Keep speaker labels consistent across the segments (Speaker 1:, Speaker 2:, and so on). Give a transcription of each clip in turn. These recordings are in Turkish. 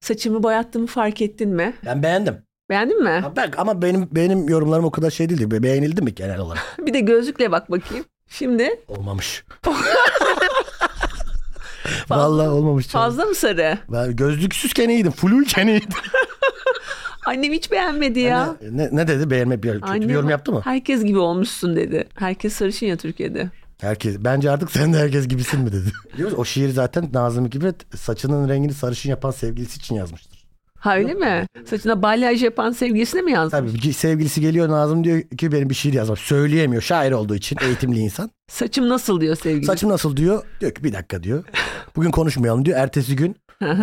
Speaker 1: Saçımı boyattığımı fark ettin mi?
Speaker 2: Ben beğendim.
Speaker 1: Beğendin mi?
Speaker 2: Ha, ben- ama benim benim yorumlarım o kadar şey değildi. Be- Beğenildi mi genel olarak?
Speaker 1: Bir de gözlükle bak bakayım. Şimdi
Speaker 2: Olmamış. Vallahi olmamış. canım.
Speaker 1: fazla mı sarı?
Speaker 2: Ben gözlüksüzken iyiydim. Fluyken iyiydim.
Speaker 1: Annem hiç beğenmedi ya.
Speaker 2: ne, ne dedi? Beğenme bir, kötü
Speaker 1: Annem,
Speaker 2: bir yorum yaptı mı?
Speaker 1: Herkes gibi olmuşsun dedi. Herkes sarışın ya Türkiye'de.
Speaker 2: Herkes. Bence artık sen de herkes gibisin mi dedi. Biliyor musun? O şiiri zaten Nazım Hikmet saçının rengini sarışın yapan sevgilisi için yazmıştır.
Speaker 1: Ha öyle mi? Saçına balyaj yapan sevgilisine mi yazdın?
Speaker 2: Tabii bir sevgilisi geliyor Nazım diyor ki benim bir şiir yazmam. Söyleyemiyor şair olduğu için eğitimli insan.
Speaker 1: Saçım nasıl diyor sevgilisi.
Speaker 2: Saçım nasıl diyor. Diyor ki bir dakika diyor. Bugün konuşmayalım diyor. Ertesi gün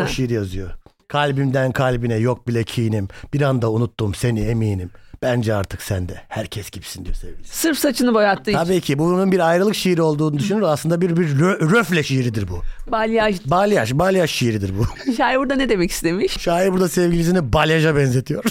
Speaker 2: o şiir yazıyor. Kalbimden kalbine yok bile kinim. Bir anda unuttum seni eminim. Bence artık sen de herkes gibisin diyor sevgilisi.
Speaker 1: Sırf saçını boyattığı için.
Speaker 2: Tabii ki bunun bir ayrılık şiiri olduğunu düşünür. Aslında bir, bir rö- röfle şiiridir bu.
Speaker 1: Balyaj.
Speaker 2: Balyaj, balyaj şiiridir bu.
Speaker 1: Şair burada ne demek istemiş?
Speaker 2: Şair burada sevgilisini balyaja benzetiyor.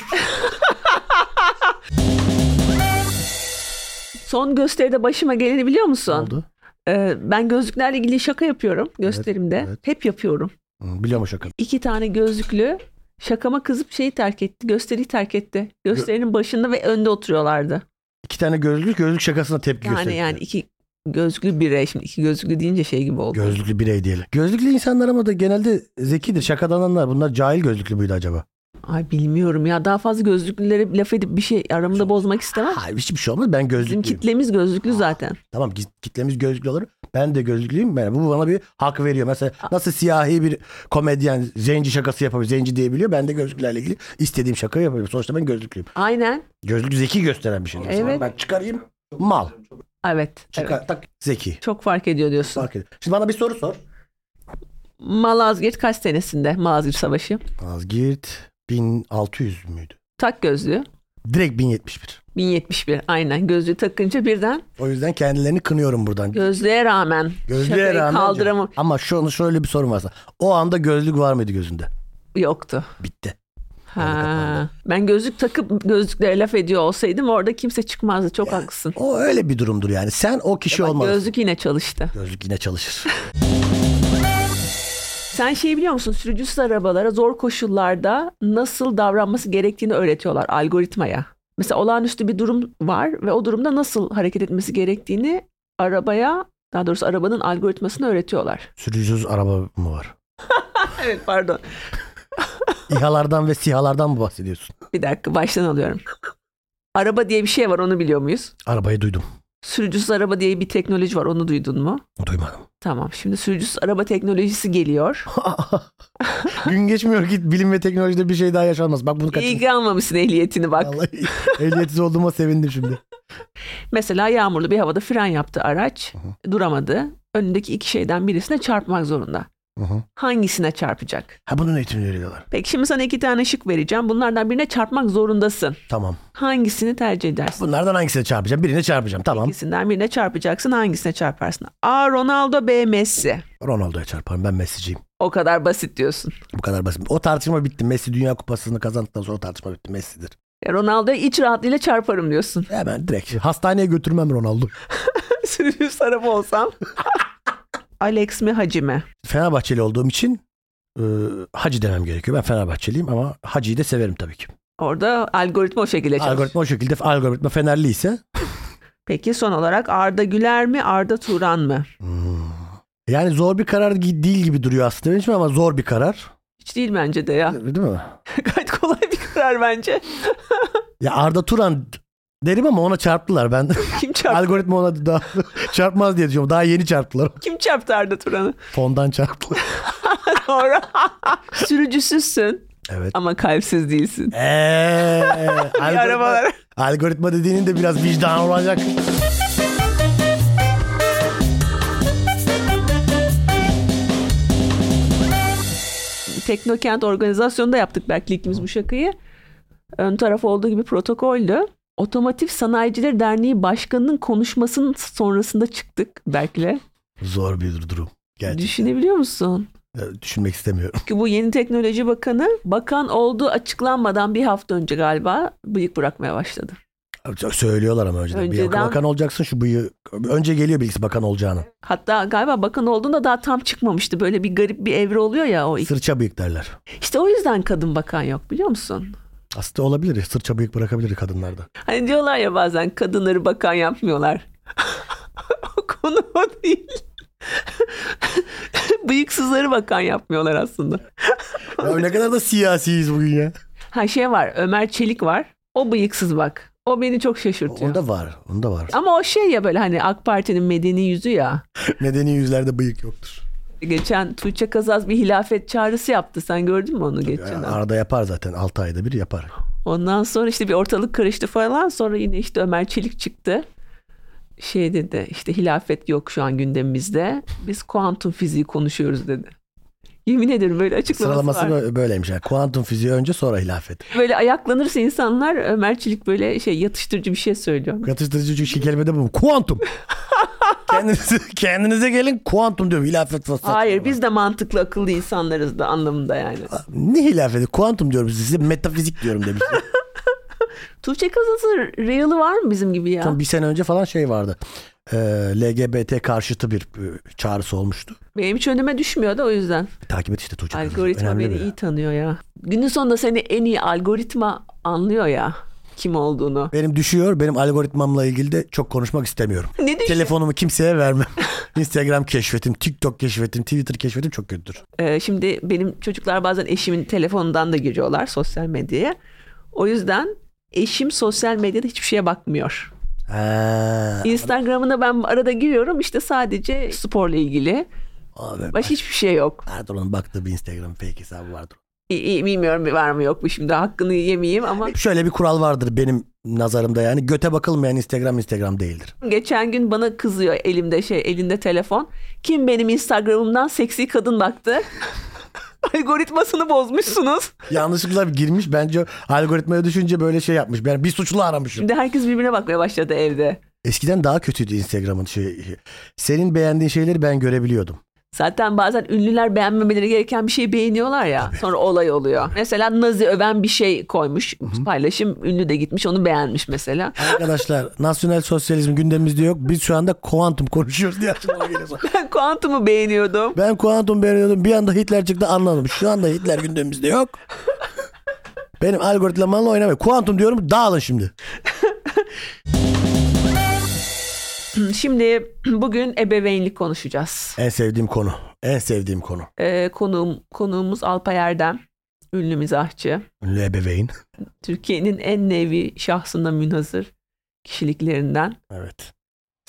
Speaker 1: Son gösteride başıma geleni biliyor musun?
Speaker 2: Oldu.
Speaker 1: Ee, ben gözlüklerle ilgili şaka yapıyorum gösterimde.
Speaker 2: evet.
Speaker 1: Hep yapıyorum.
Speaker 2: Hı, Biliyorum o şaka.
Speaker 1: İki tane gözlüklü şakama kızıp şeyi terk etti. Gösteriyi terk etti. Gösterinin başında ve önde oturuyorlardı.
Speaker 2: İki tane gözlük, gözlük şakasına tepki
Speaker 1: Yani
Speaker 2: gösterdi.
Speaker 1: yani iki gözlüklü birey. Şimdi iki gözlüklü deyince şey gibi oldu.
Speaker 2: Gözlüklü birey diyelim. Gözlüklü insanlar ama da genelde zekidir. Şakadananlar bunlar cahil gözlüklü müydü acaba?
Speaker 1: Ay bilmiyorum ya daha fazla gözlüklülere laf edip bir şey aramda bozmak istemem.
Speaker 2: Hayır hiçbir şey olmaz. Ben
Speaker 1: Bizim
Speaker 2: gözlüklüyüm. Ah.
Speaker 1: kitlemiz gözlüklü zaten.
Speaker 2: Tamam git- kitlemiz gözlüklü olur. Ben de gözlüklüyüm. Yani bu bana bir hak veriyor. Mesela nasıl siyahi bir komedyen zenci şakası yapabilir, zenci diyebiliyor. Ben de gözlüklerle ilgili istediğim şakayı yapabilirim. Sonuçta ben gözlüklüyüm.
Speaker 1: Aynen.
Speaker 2: Gözlük zeki gösteren bir şey.
Speaker 1: Evet.
Speaker 2: Ben çıkarayım. Mal.
Speaker 1: Evet.
Speaker 2: Çıkar,
Speaker 1: evet.
Speaker 2: tak, zeki.
Speaker 1: Çok fark ediyor diyorsun.
Speaker 2: Fark ediyor. Şimdi bana bir soru sor.
Speaker 1: Malazgirt kaç senesinde Malazgirt Savaşı?
Speaker 2: Malazgirt 1600 müydü?
Speaker 1: Tak gözlüğü.
Speaker 2: Direkt 1071.
Speaker 1: 1071 aynen gözlüğü takınca birden
Speaker 2: O yüzden kendilerini kınıyorum buradan.
Speaker 1: gözlüğe rağmen
Speaker 2: Gözlüğe
Speaker 1: şakayı
Speaker 2: rağmen
Speaker 1: kaldıramam-
Speaker 2: Ama şu şöyle bir sorun varsa. O anda gözlük var mıydı gözünde?
Speaker 1: yoktu.
Speaker 2: Bitti.
Speaker 1: Ha. Ben gözlük takıp gözlüklere laf ediyor olsaydım orada kimse çıkmazdı. Çok haklısın.
Speaker 2: O öyle bir durumdur yani. Sen o kişi
Speaker 1: Bak,
Speaker 2: olmalısın. Gözlük...
Speaker 1: gözlük yine çalıştı.
Speaker 2: yine çalışır.
Speaker 1: Sen şeyi biliyor musun? Sürücüsüz arabalara zor koşullarda nasıl davranması gerektiğini öğretiyorlar algoritmaya. Mesela olağanüstü bir durum var ve o durumda nasıl hareket etmesi gerektiğini arabaya, daha doğrusu arabanın algoritmasını öğretiyorlar.
Speaker 2: Sürücüsüz araba mı var?
Speaker 1: Evet pardon.
Speaker 2: İHA'lardan ve SİHA'lardan mı bahsediyorsun?
Speaker 1: Bir dakika baştan alıyorum. Araba diye bir şey var onu biliyor muyuz?
Speaker 2: Arabayı duydum.
Speaker 1: Sürücüsüz araba diye bir teknoloji var onu duydun mu?
Speaker 2: Duymadım.
Speaker 1: Tamam şimdi sürücüsüz araba teknolojisi geliyor.
Speaker 2: Gün geçmiyor ki bilim ve teknolojide bir şey daha yaşanmaz. Bak bunu
Speaker 1: İyi
Speaker 2: kaçırdım.
Speaker 1: ki almamışsın ehliyetini bak.
Speaker 2: Vallahi ehliyetsiz olduğuma sevindim şimdi.
Speaker 1: Mesela yağmurlu bir havada fren yaptı araç. Duramadı. Önündeki iki şeyden birisine çarpmak zorunda.
Speaker 2: Hı hı.
Speaker 1: Hangisine çarpacak?
Speaker 2: Ha bunun eğitimini veriyorlar.
Speaker 1: Peki şimdi sana iki tane şık vereceğim. Bunlardan birine çarpmak zorundasın.
Speaker 2: Tamam.
Speaker 1: Hangisini tercih edersin?
Speaker 2: Bunlardan hangisine çarpacağım? Birine çarpacağım. Tamam.
Speaker 1: İkisinden birine çarpacaksın. Hangisine çarparsın? A. Ronaldo B. Messi.
Speaker 2: Ronaldo'ya çarparım. Ben Messi'ciyim.
Speaker 1: O kadar basit diyorsun.
Speaker 2: Bu kadar basit. O tartışma bitti. Messi Dünya Kupası'nı kazandıktan sonra o tartışma bitti. Messi'dir.
Speaker 1: Ya Ronaldo'ya iç rahatlığıyla çarparım diyorsun.
Speaker 2: Hemen direkt. Hastaneye götürmem Ronaldo.
Speaker 1: Sürücü araba olsam. Alex mi Hacı mi?
Speaker 2: Fenerbahçeli olduğum için e, Hacı demem gerekiyor. Ben Fenerbahçeliyim ama Hacı'yı da severim tabii ki.
Speaker 1: Orada algoritma o şekilde çalışıyor.
Speaker 2: Algoritma o şekilde. Algoritma Fenerli ise
Speaker 1: Peki son olarak Arda Güler mi Arda Turan mı?
Speaker 2: Hmm. Yani zor bir karar gi- değil gibi duruyor aslında benim için ama zor bir karar.
Speaker 1: Hiç değil bence de ya.
Speaker 2: Değil mi?
Speaker 1: Gayet kolay bir karar bence.
Speaker 2: Ya Arda Turan derim ama ona çarptılar ben.
Speaker 1: Kim çarptı?
Speaker 2: Algoritma ona daha çarpmaz diye düşünüyorum. Daha yeni çarptılar.
Speaker 1: Kim çarptı Arda Turan'ı?
Speaker 2: Fondan çarptılar.
Speaker 1: Doğru. Sürücüsüzsün
Speaker 2: Evet.
Speaker 1: ama kalpsiz değilsin.
Speaker 2: Eee,
Speaker 1: Bir
Speaker 2: algoritma,
Speaker 1: arabalara.
Speaker 2: algoritma dediğinin de biraz vicdan olacak.
Speaker 1: Teknokent organizasyonunda yaptık belki ikimiz bu şakayı. Ön taraf olduğu gibi protokoldü. Otomotiv Sanayiciler Derneği Başkanı'nın konuşmasının sonrasında çıktık Berk'le.
Speaker 2: Zor bir durum. Gerçi
Speaker 1: Düşünebiliyor musun?
Speaker 2: e, düşünmek istemiyorum.
Speaker 1: Ki bu yeni teknoloji bakanı bakan olduğu açıklanmadan bir hafta önce galiba bıyık bırakmaya başladı.
Speaker 2: Söylüyorlar ama önceden. Bir
Speaker 1: Önceden-
Speaker 2: bakan olacaksın şu bıyığı. Önce geliyor bilgisi bakan olacağını.
Speaker 1: Hatta galiba bakan olduğunda daha tam çıkmamıştı. Böyle bir garip bir evre oluyor ya o.
Speaker 2: Sırça bıyık derler.
Speaker 1: İşte o yüzden kadın bakan yok biliyor musun?
Speaker 2: Aslında olabilir. Sırça bıyık bırakabilir kadınlarda.
Speaker 1: Hani diyorlar ya bazen kadınları bakan yapmıyorlar. o konu o değil. Bıyıksızları bakan yapmıyorlar aslında.
Speaker 2: ya ne kadar da siyasiyiz bugün ya.
Speaker 1: Ha şey var Ömer Çelik var. O bıyıksız bak. O beni çok şaşırtıyor.
Speaker 2: Onda var. Onda var.
Speaker 1: Ama o şey ya böyle hani AK Parti'nin medeni yüzü ya.
Speaker 2: Medeni yüzlerde bıyık yoktur.
Speaker 1: Geçen Tuğçe Kazaz bir hilafet çağrısı yaptı. Sen gördün mü onu geçen?
Speaker 2: Yani
Speaker 1: hafta?
Speaker 2: Ee, arada yapar zaten. 6 ayda bir yapar.
Speaker 1: Ondan sonra işte bir ortalık karıştı falan. Sonra yine işte Ömer Çelik çıktı. Şey dedi işte hilafet yok şu an gündemimizde. Biz kuantum fiziği konuşuyoruz dedi. Yemin ederim böyle açıklaması
Speaker 2: Sıralaması
Speaker 1: var.
Speaker 2: bö- böyleymiş. Yani. Kuantum fiziği önce sonra hilafet.
Speaker 1: Böyle ayaklanırsa insanlar Ömer Çelik böyle şey yatıştırıcı bir şey söylüyor.
Speaker 2: Yatıştırıcı çünkü şey kelime de bu. Kuantum. kendinize, kendinize gelin kuantum diyor. Hilafet falan.
Speaker 1: Hayır biz de mantıklı akıllı insanlarız da anlamında yani.
Speaker 2: Ne hilafeti? Kuantum diyorum size. Metafizik diyorum demiş.
Speaker 1: Tuğçe Kazaz'ın real'ı var mı bizim gibi ya?
Speaker 2: Tam bir sene önce falan şey vardı. Ee, LGBT karşıtı bir e, çağrısı olmuştu.
Speaker 1: Benim hiç önüme düşmüyor da o yüzden.
Speaker 2: Takip et işte Tuğçe. Kızıl.
Speaker 1: Algoritma
Speaker 2: Önemli
Speaker 1: beni
Speaker 2: bir-
Speaker 1: iyi tanıyor ya. Günün sonunda seni en iyi algoritma anlıyor ya kim olduğunu.
Speaker 2: Benim düşüyor. Benim algoritmamla ilgili de çok konuşmak istemiyorum.
Speaker 1: Ne düşün?
Speaker 2: Telefonumu kimseye vermem. Instagram keşfetim, TikTok keşfetim, Twitter keşfetim çok kötüdür.
Speaker 1: Ee, şimdi benim çocuklar bazen eşimin telefonundan da giriyorlar sosyal medyaya. O yüzden eşim sosyal medyada hiçbir şeye bakmıyor.
Speaker 2: Ha,
Speaker 1: Instagram'ına ben arada giriyorum işte sadece sporla ilgili.
Speaker 2: abi,
Speaker 1: Baş hiçbir şey yok.
Speaker 2: vardır onun baktığı bir Instagram fake hesabı vardır.
Speaker 1: İ- i- Bilmiyorum var mı yok mu şimdi hakkını yemeyeyim ama
Speaker 2: Şöyle bir kural vardır benim nazarımda yani göte bakılmayan Instagram Instagram değildir.
Speaker 1: geçen gün bana kızıyor elimde şey elinde telefon. Kim benim Instagram'ımdan seksi kadın baktı? Algoritmasını bozmuşsunuz.
Speaker 2: Yanlışlıkla girmiş bence algoritmaya düşünce böyle şey yapmış. Yani bir suçlu aramışım.
Speaker 1: Şimdi herkes birbirine bakmaya başladı evde.
Speaker 2: Eskiden daha kötüydü Instagram'ın şey. Senin beğendiğin şeyleri ben görebiliyordum.
Speaker 1: Zaten bazen ünlüler beğenmemeleri gereken bir şeyi beğeniyorlar ya. Sonra olay oluyor. Mesela Nazi öven bir şey koymuş. Paylaşım ünlü de gitmiş onu beğenmiş mesela.
Speaker 2: Arkadaşlar nasyonel sosyalizm gündemimizde yok. Biz şu anda kuantum konuşuyoruz diye açıklama geliyor sonra.
Speaker 1: Ben kuantumu beğeniyordum.
Speaker 2: Ben kuantum beğeniyordum. Bir anda Hitler çıktı anladım. Şu anda Hitler gündemimizde yok. Benim algoritmalarla oynamayın. Kuantum diyorum dağılın şimdi.
Speaker 1: Şimdi bugün ebeveynlik konuşacağız.
Speaker 2: En sevdiğim konu. En sevdiğim konu.
Speaker 1: Ee, konuğum, konuğumuz Alpay Erdem. Ünlü mizahçı.
Speaker 2: Ünlü ebeveyn.
Speaker 1: Türkiye'nin en nevi şahsına münhasır kişiliklerinden.
Speaker 2: Evet.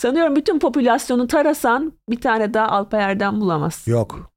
Speaker 1: Sanıyorum bütün popülasyonu tarasan bir tane daha Alpay Erdem bulamazsın.
Speaker 2: Yok.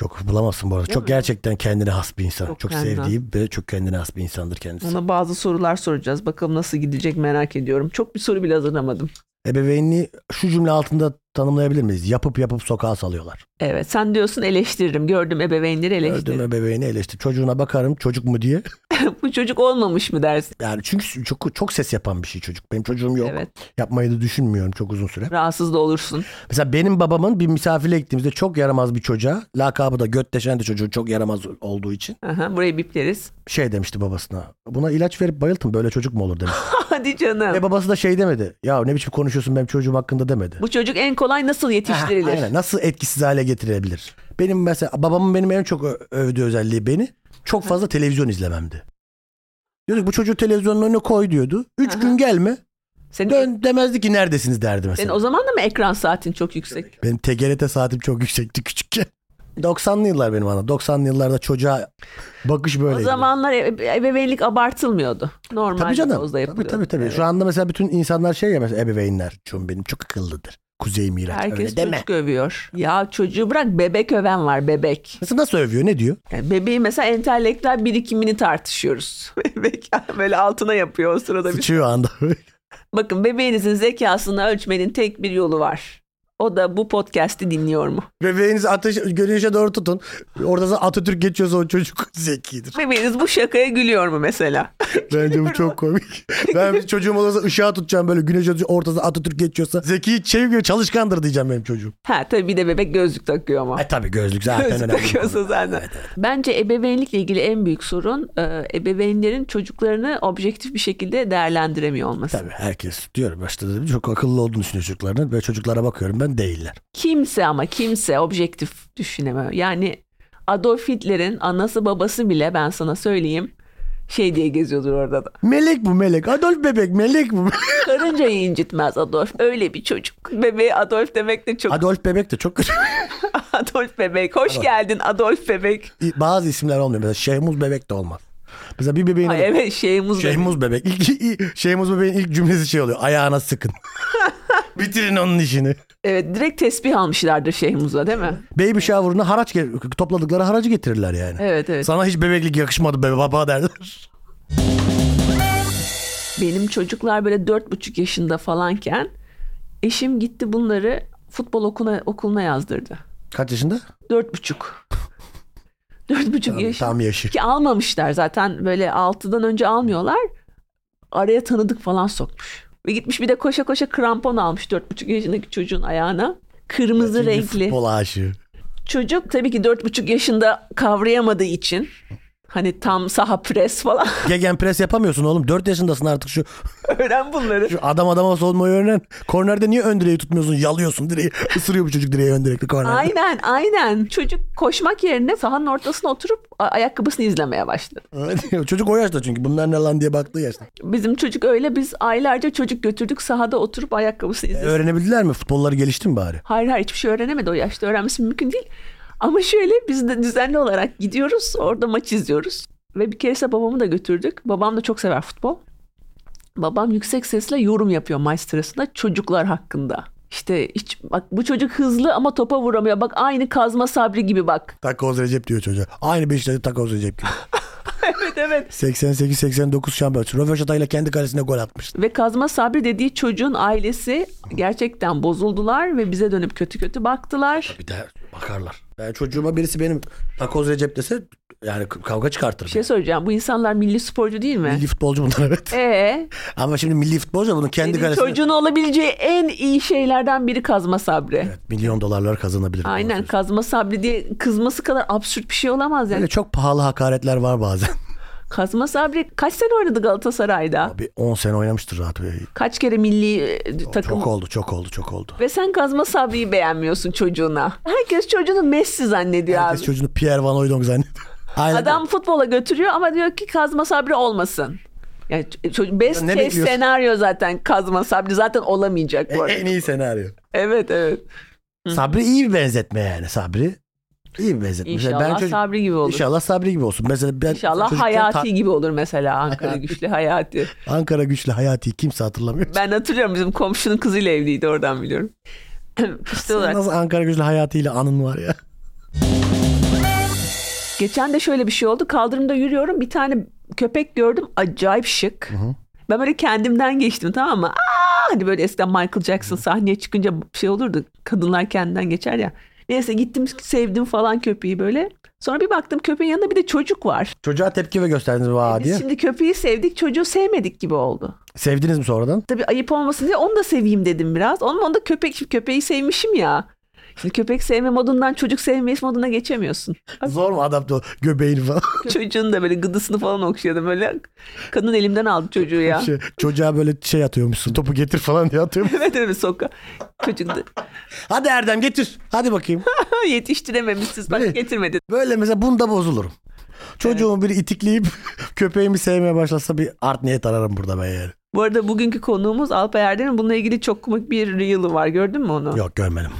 Speaker 2: Çok bulamazsın bu arada.
Speaker 1: Değil
Speaker 2: çok
Speaker 1: mi?
Speaker 2: gerçekten kendine has bir insan.
Speaker 1: Çok
Speaker 2: Çok,
Speaker 1: kendine has.
Speaker 2: sevdiği ve çok kendine has bir insandır kendisi.
Speaker 1: Ona bazı sorular soracağız. Bakalım nasıl gidecek merak ediyorum. Çok bir soru bile hazırlamadım.
Speaker 2: Ebeveynliği şu cümle altında tanımlayabilir miyiz? Yapıp yapıp sokağa salıyorlar.
Speaker 1: Evet sen diyorsun eleştiririm. Gördüm ebeveynleri
Speaker 2: Gördüğüm
Speaker 1: eleştiririm.
Speaker 2: ebeveyni eleştir. Çocuğuna bakarım çocuk mu diye.
Speaker 1: Bu çocuk olmamış mı dersin?
Speaker 2: Yani çünkü çok çok ses yapan bir şey çocuk. Benim çocuğum yok.
Speaker 1: Evet.
Speaker 2: Yapmayı da düşünmüyorum çok uzun süre.
Speaker 1: Rahatsız da olursun.
Speaker 2: Mesela benim babamın bir misafire gittiğimizde çok yaramaz bir çocuğa. Lakabı da götteşen de çocuğu çok yaramaz olduğu için.
Speaker 1: Aha, burayı bipleriz.
Speaker 2: Şey demişti babasına. Buna ilaç verip bayıltın böyle çocuk mu olur demişti.
Speaker 1: Hadi canım.
Speaker 2: Ve babası da şey demedi. Ya ne biçim konuşuyorsun benim çocuğum hakkında demedi.
Speaker 1: Bu çocuk en kolay nasıl yetiştirilir?
Speaker 2: Aynen. Nasıl etkisiz hale getirebilir? Benim mesela babamın benim en çok ö- övdüğü özelliği beni çok fazla televizyon izlememdi. Diyordu ki bu çocuğu televizyonun önüne koy diyordu. Üç
Speaker 1: Aha.
Speaker 2: gün gelme.
Speaker 1: Senin,
Speaker 2: Dön demezdi ki neredesiniz derdi
Speaker 1: senin
Speaker 2: mesela.
Speaker 1: o zaman da mı ekran saatin çok yüksek?
Speaker 2: Benim TGRT saatim çok yüksekti küçükken. 90'lı yıllar benim ana. 90'lı yıllarda çocuğa bakış böyle.
Speaker 1: O zamanlar ebe- ebeveynlik abartılmıyordu. Normal
Speaker 2: tabii canım.
Speaker 1: dozda
Speaker 2: Tabii
Speaker 1: yapılıyordu.
Speaker 2: tabii tabii.
Speaker 1: Evet.
Speaker 2: Şu anda mesela bütün insanlar şey ya mesela ebeveynler. Çoğum benim çok akıllıdır. Kuzey Miraç
Speaker 1: Herkes
Speaker 2: öyle deme.
Speaker 1: çocuk övüyor. Ya çocuğu bırak bebek öven var bebek.
Speaker 2: Nasıl, nasıl övüyor ne diyor?
Speaker 1: Yani bebeği mesela entelektüel birikimini tartışıyoruz. Bebek böyle altına yapıyor o sırada. Bir...
Speaker 2: Sıçıyor o anda.
Speaker 1: Bakın bebeğinizin zekasını ölçmenin tek bir yolu var. O da bu podcast'i dinliyor mu?
Speaker 2: Bebeğinizi ateş, güneşe doğru tutun. Orada da Atatürk geçiyorsa o çocuk zekidir.
Speaker 1: Bebeğiniz bu şakaya gülüyor mu mesela?
Speaker 2: Bence bu çok komik. Ben bir çocuğum olursa ışığa tutacağım böyle güneşe tutacağım. Ortada Atatürk geçiyorsa. Zeki çevik çalışkandır diyeceğim benim çocuğum.
Speaker 1: Ha tabii bir de bebek gözlük takıyor ama.
Speaker 2: E tabii gözlük zaten
Speaker 1: Gözlük
Speaker 2: önemli.
Speaker 1: takıyorsa zaten. Bence ebeveynlikle ilgili en büyük sorun e, ebeveynlerin çocuklarını objektif bir şekilde değerlendiremiyor olması.
Speaker 2: Tabii herkes diyorum başta dedim çok akıllı olduğunu düşünüyor çocuklarının. Böyle çocuklara bakıyorum ben değiller.
Speaker 1: Kimse ama kimse objektif düşünemiyor. Yani Adolf Hitler'in anası babası bile ben sana söyleyeyim şey diye geziyordur orada da.
Speaker 2: Melek bu melek. Adolf bebek melek bu.
Speaker 1: Karıncayı incitmez Adolf. Öyle bir çocuk. Bebeği Adolf demek de çok.
Speaker 2: Adolf bebek de çok kötü.
Speaker 1: Adolf bebek. Hoş geldin Adolf bebek.
Speaker 2: Bazı isimler olmuyor. Mesela Şehmuz bebek de olmaz. Mesela bir bebeğin
Speaker 1: Ay evet şeyimiz de-
Speaker 2: Şeyhmuz bebek. İlk, ilk, Şeyhmuz bebeğin ilk cümlesi şey oluyor. Ayağına sıkın. Bitirin onun işini.
Speaker 1: Evet direkt tesbih almışlardır şeyimize değil mi?
Speaker 2: Baby shower'ına haraç ge- topladıkları haracı getirirler yani.
Speaker 1: Evet evet.
Speaker 2: Sana hiç bebeklik yakışmadı bebe baba derler.
Speaker 1: Benim çocuklar böyle dört buçuk yaşında falanken eşim gitti bunları futbol okuna, okuluna yazdırdı.
Speaker 2: Kaç yaşında?
Speaker 1: Dört buçuk. Dört buçuk yaş.
Speaker 2: Tam yaşı.
Speaker 1: Ki almamışlar zaten böyle altıdan önce almıyorlar. Araya tanıdık falan sokmuş. Ve gitmiş bir de koşa koşa krampon almış dört buçuk yaşındaki çocuğun ayağına. Kırmızı
Speaker 2: Çünkü
Speaker 1: renkli.
Speaker 2: Futbol aşığı.
Speaker 1: Çocuk tabii ki dört buçuk yaşında kavrayamadığı için hani tam saha pres falan
Speaker 2: Gegen pres yapamıyorsun oğlum. 4 yaşındasın artık şu,
Speaker 1: öğren bunları.
Speaker 2: şu adam adama savunmayı öğren. Kornerde niye ön direği tutmuyorsun? Yalıyorsun direği. Isırıyor bu çocuk direği ön direkli kornerde.
Speaker 1: Aynen aynen. Çocuk koşmak yerine sahanın ortasına oturup a- ayakkabısını izlemeye başladı.
Speaker 2: Evet, çocuk o yaşta çünkü. Bunlar ne lan diye baktığı yaşta.
Speaker 1: Bizim çocuk öyle biz aylarca çocuk götürdük sahada oturup ayakkabısını izledik.
Speaker 2: Öğrenebildiler mi? Futbolları gelişti mi bari?
Speaker 1: Hayır hayır hiçbir şey öğrenemedi o yaşta öğrenmesi mümkün değil. Ama şöyle biz de düzenli olarak gidiyoruz orada maç izliyoruz. Ve bir keresinde babamı da götürdük. Babam da çok sever futbol. Babam yüksek sesle yorum yapıyor maç sırasında çocuklar hakkında. İşte hiç, bak bu çocuk hızlı ama topa vuramıyor. Bak aynı kazma sabri gibi bak.
Speaker 2: Takoz Recep diyor çocuğa. Aynı Beşiktaş'ta Takoz Recep gibi.
Speaker 1: evet evet.
Speaker 2: 88-89 şampiyon. Röveşata ile kendi kalesine gol atmış.
Speaker 1: Ve Kazma Sabri dediği çocuğun ailesi gerçekten bozuldular ve bize dönüp kötü kötü baktılar.
Speaker 2: Bir de bakarlar. Ben çocuğuma birisi benim takoz Recep dese yani kavga çıkartırım.
Speaker 1: Bir şey söyleyeceğim. Bu insanlar milli sporcu değil mi?
Speaker 2: Milli futbolcu bunlar evet.
Speaker 1: Ee,
Speaker 2: Ama şimdi milli futbolcu da bunun kendi
Speaker 1: senin
Speaker 2: kalesine
Speaker 1: çocuğun olabileceği en iyi şeylerden biri Kazma Sabri.
Speaker 2: Evet, milyon dolarlar kazanabilir.
Speaker 1: Aynen
Speaker 2: Doğru.
Speaker 1: Kazma Sabri diye kızması kadar absürt bir şey olamaz yani.
Speaker 2: Böyle çok pahalı hakaretler var bazen.
Speaker 1: Kazma Sabri kaç sene oynadı Galatasaray'da?
Speaker 2: Bir 10 sene oynamıştır rahat.
Speaker 1: Kaç kere milli e, takım
Speaker 2: Çok oldu, çok oldu, çok oldu.
Speaker 1: ve sen Kazma Sabri'yi beğenmiyorsun çocuğuna. Herkes çocuğunu Messi zannediyor
Speaker 2: Herkes
Speaker 1: abi.
Speaker 2: çocuğunu Pierre Van Hooydonk zannediyor. Aynen.
Speaker 1: Adam futbola götürüyor ama diyor ki kazma sabri olmasın. Yani ç- ç- best
Speaker 2: Ya ne
Speaker 1: case
Speaker 2: bekliyorsun? E,
Speaker 1: senaryo zaten kazma sabri zaten olamayacak bu arada.
Speaker 2: en iyi senaryo.
Speaker 1: evet evet.
Speaker 2: Sabri iyi bir benzetme yani Sabri. İyi bir benzetme.
Speaker 1: İnşallah
Speaker 2: ben çocuk-
Speaker 1: sabri gibi olur. İnşallah,
Speaker 2: İnşallah Sabri gibi olsun. Mesela ben çocukken
Speaker 1: hayati
Speaker 2: ta-
Speaker 1: gibi olur mesela Ankara
Speaker 2: Hayati.
Speaker 1: güçlü hayati.
Speaker 2: Ankara güçlü hayati kimse hatırlamıyor.
Speaker 1: Ben hatırlıyorum bizim komşunun kızıyla evliydi oradan biliyorum. işte
Speaker 2: Senin
Speaker 1: olarak.
Speaker 2: Nasıl Ankara güçlü hayatıyla anın var ya.
Speaker 1: Geçen de şöyle bir şey oldu. Kaldırımda yürüyorum bir tane köpek gördüm acayip şık. Ben böyle kendimden geçtim tamam mı? Aa, hani böyle eskiden Michael Jackson sahneye çıkınca şey olurdu. Kadınlar kendinden geçer ya. Neyse gittim sevdim falan köpeği böyle. Sonra bir baktım köpeğin yanında bir de çocuk var.
Speaker 2: Çocuğa tepki ve gösterdiniz vaa
Speaker 1: Biz
Speaker 2: diye.
Speaker 1: şimdi köpeği sevdik çocuğu sevmedik gibi oldu.
Speaker 2: Sevdiniz mi sonradan?
Speaker 1: Tabii ayıp olmasın diye onu da seveyim dedim biraz. Onun onu da köpek şimdi köpeği sevmişim ya. Şimdi köpek sevme modundan çocuk sevmeyiz moduna geçemiyorsun.
Speaker 2: Zor mu adapte ol? Göbeğini falan.
Speaker 1: Çocuğun da böyle gıdısını falan okşuyordum böyle. Kadın elimden aldı çocuğu ya.
Speaker 2: Şey, çocuğa böyle şey atıyormuşsun. Topu getir falan diye atıyorum.
Speaker 1: evet evet soka. Çocuk da
Speaker 2: Hadi Erdem getir. Hadi bakayım.
Speaker 1: yetiştirememişsiniz
Speaker 2: Böyle-
Speaker 1: bak getirmedi.
Speaker 2: Böyle mesela bunda bozulurum. Çocuğumu biri itikleyip köpeğimi sevmeye başlasa bir art niyet ararım burada ben yani.
Speaker 1: Bu arada bugünkü konuğumuz Alpay Erdem'in bununla ilgili çok komik bir reel'ı var gördün mü onu?
Speaker 2: Yok görmedim.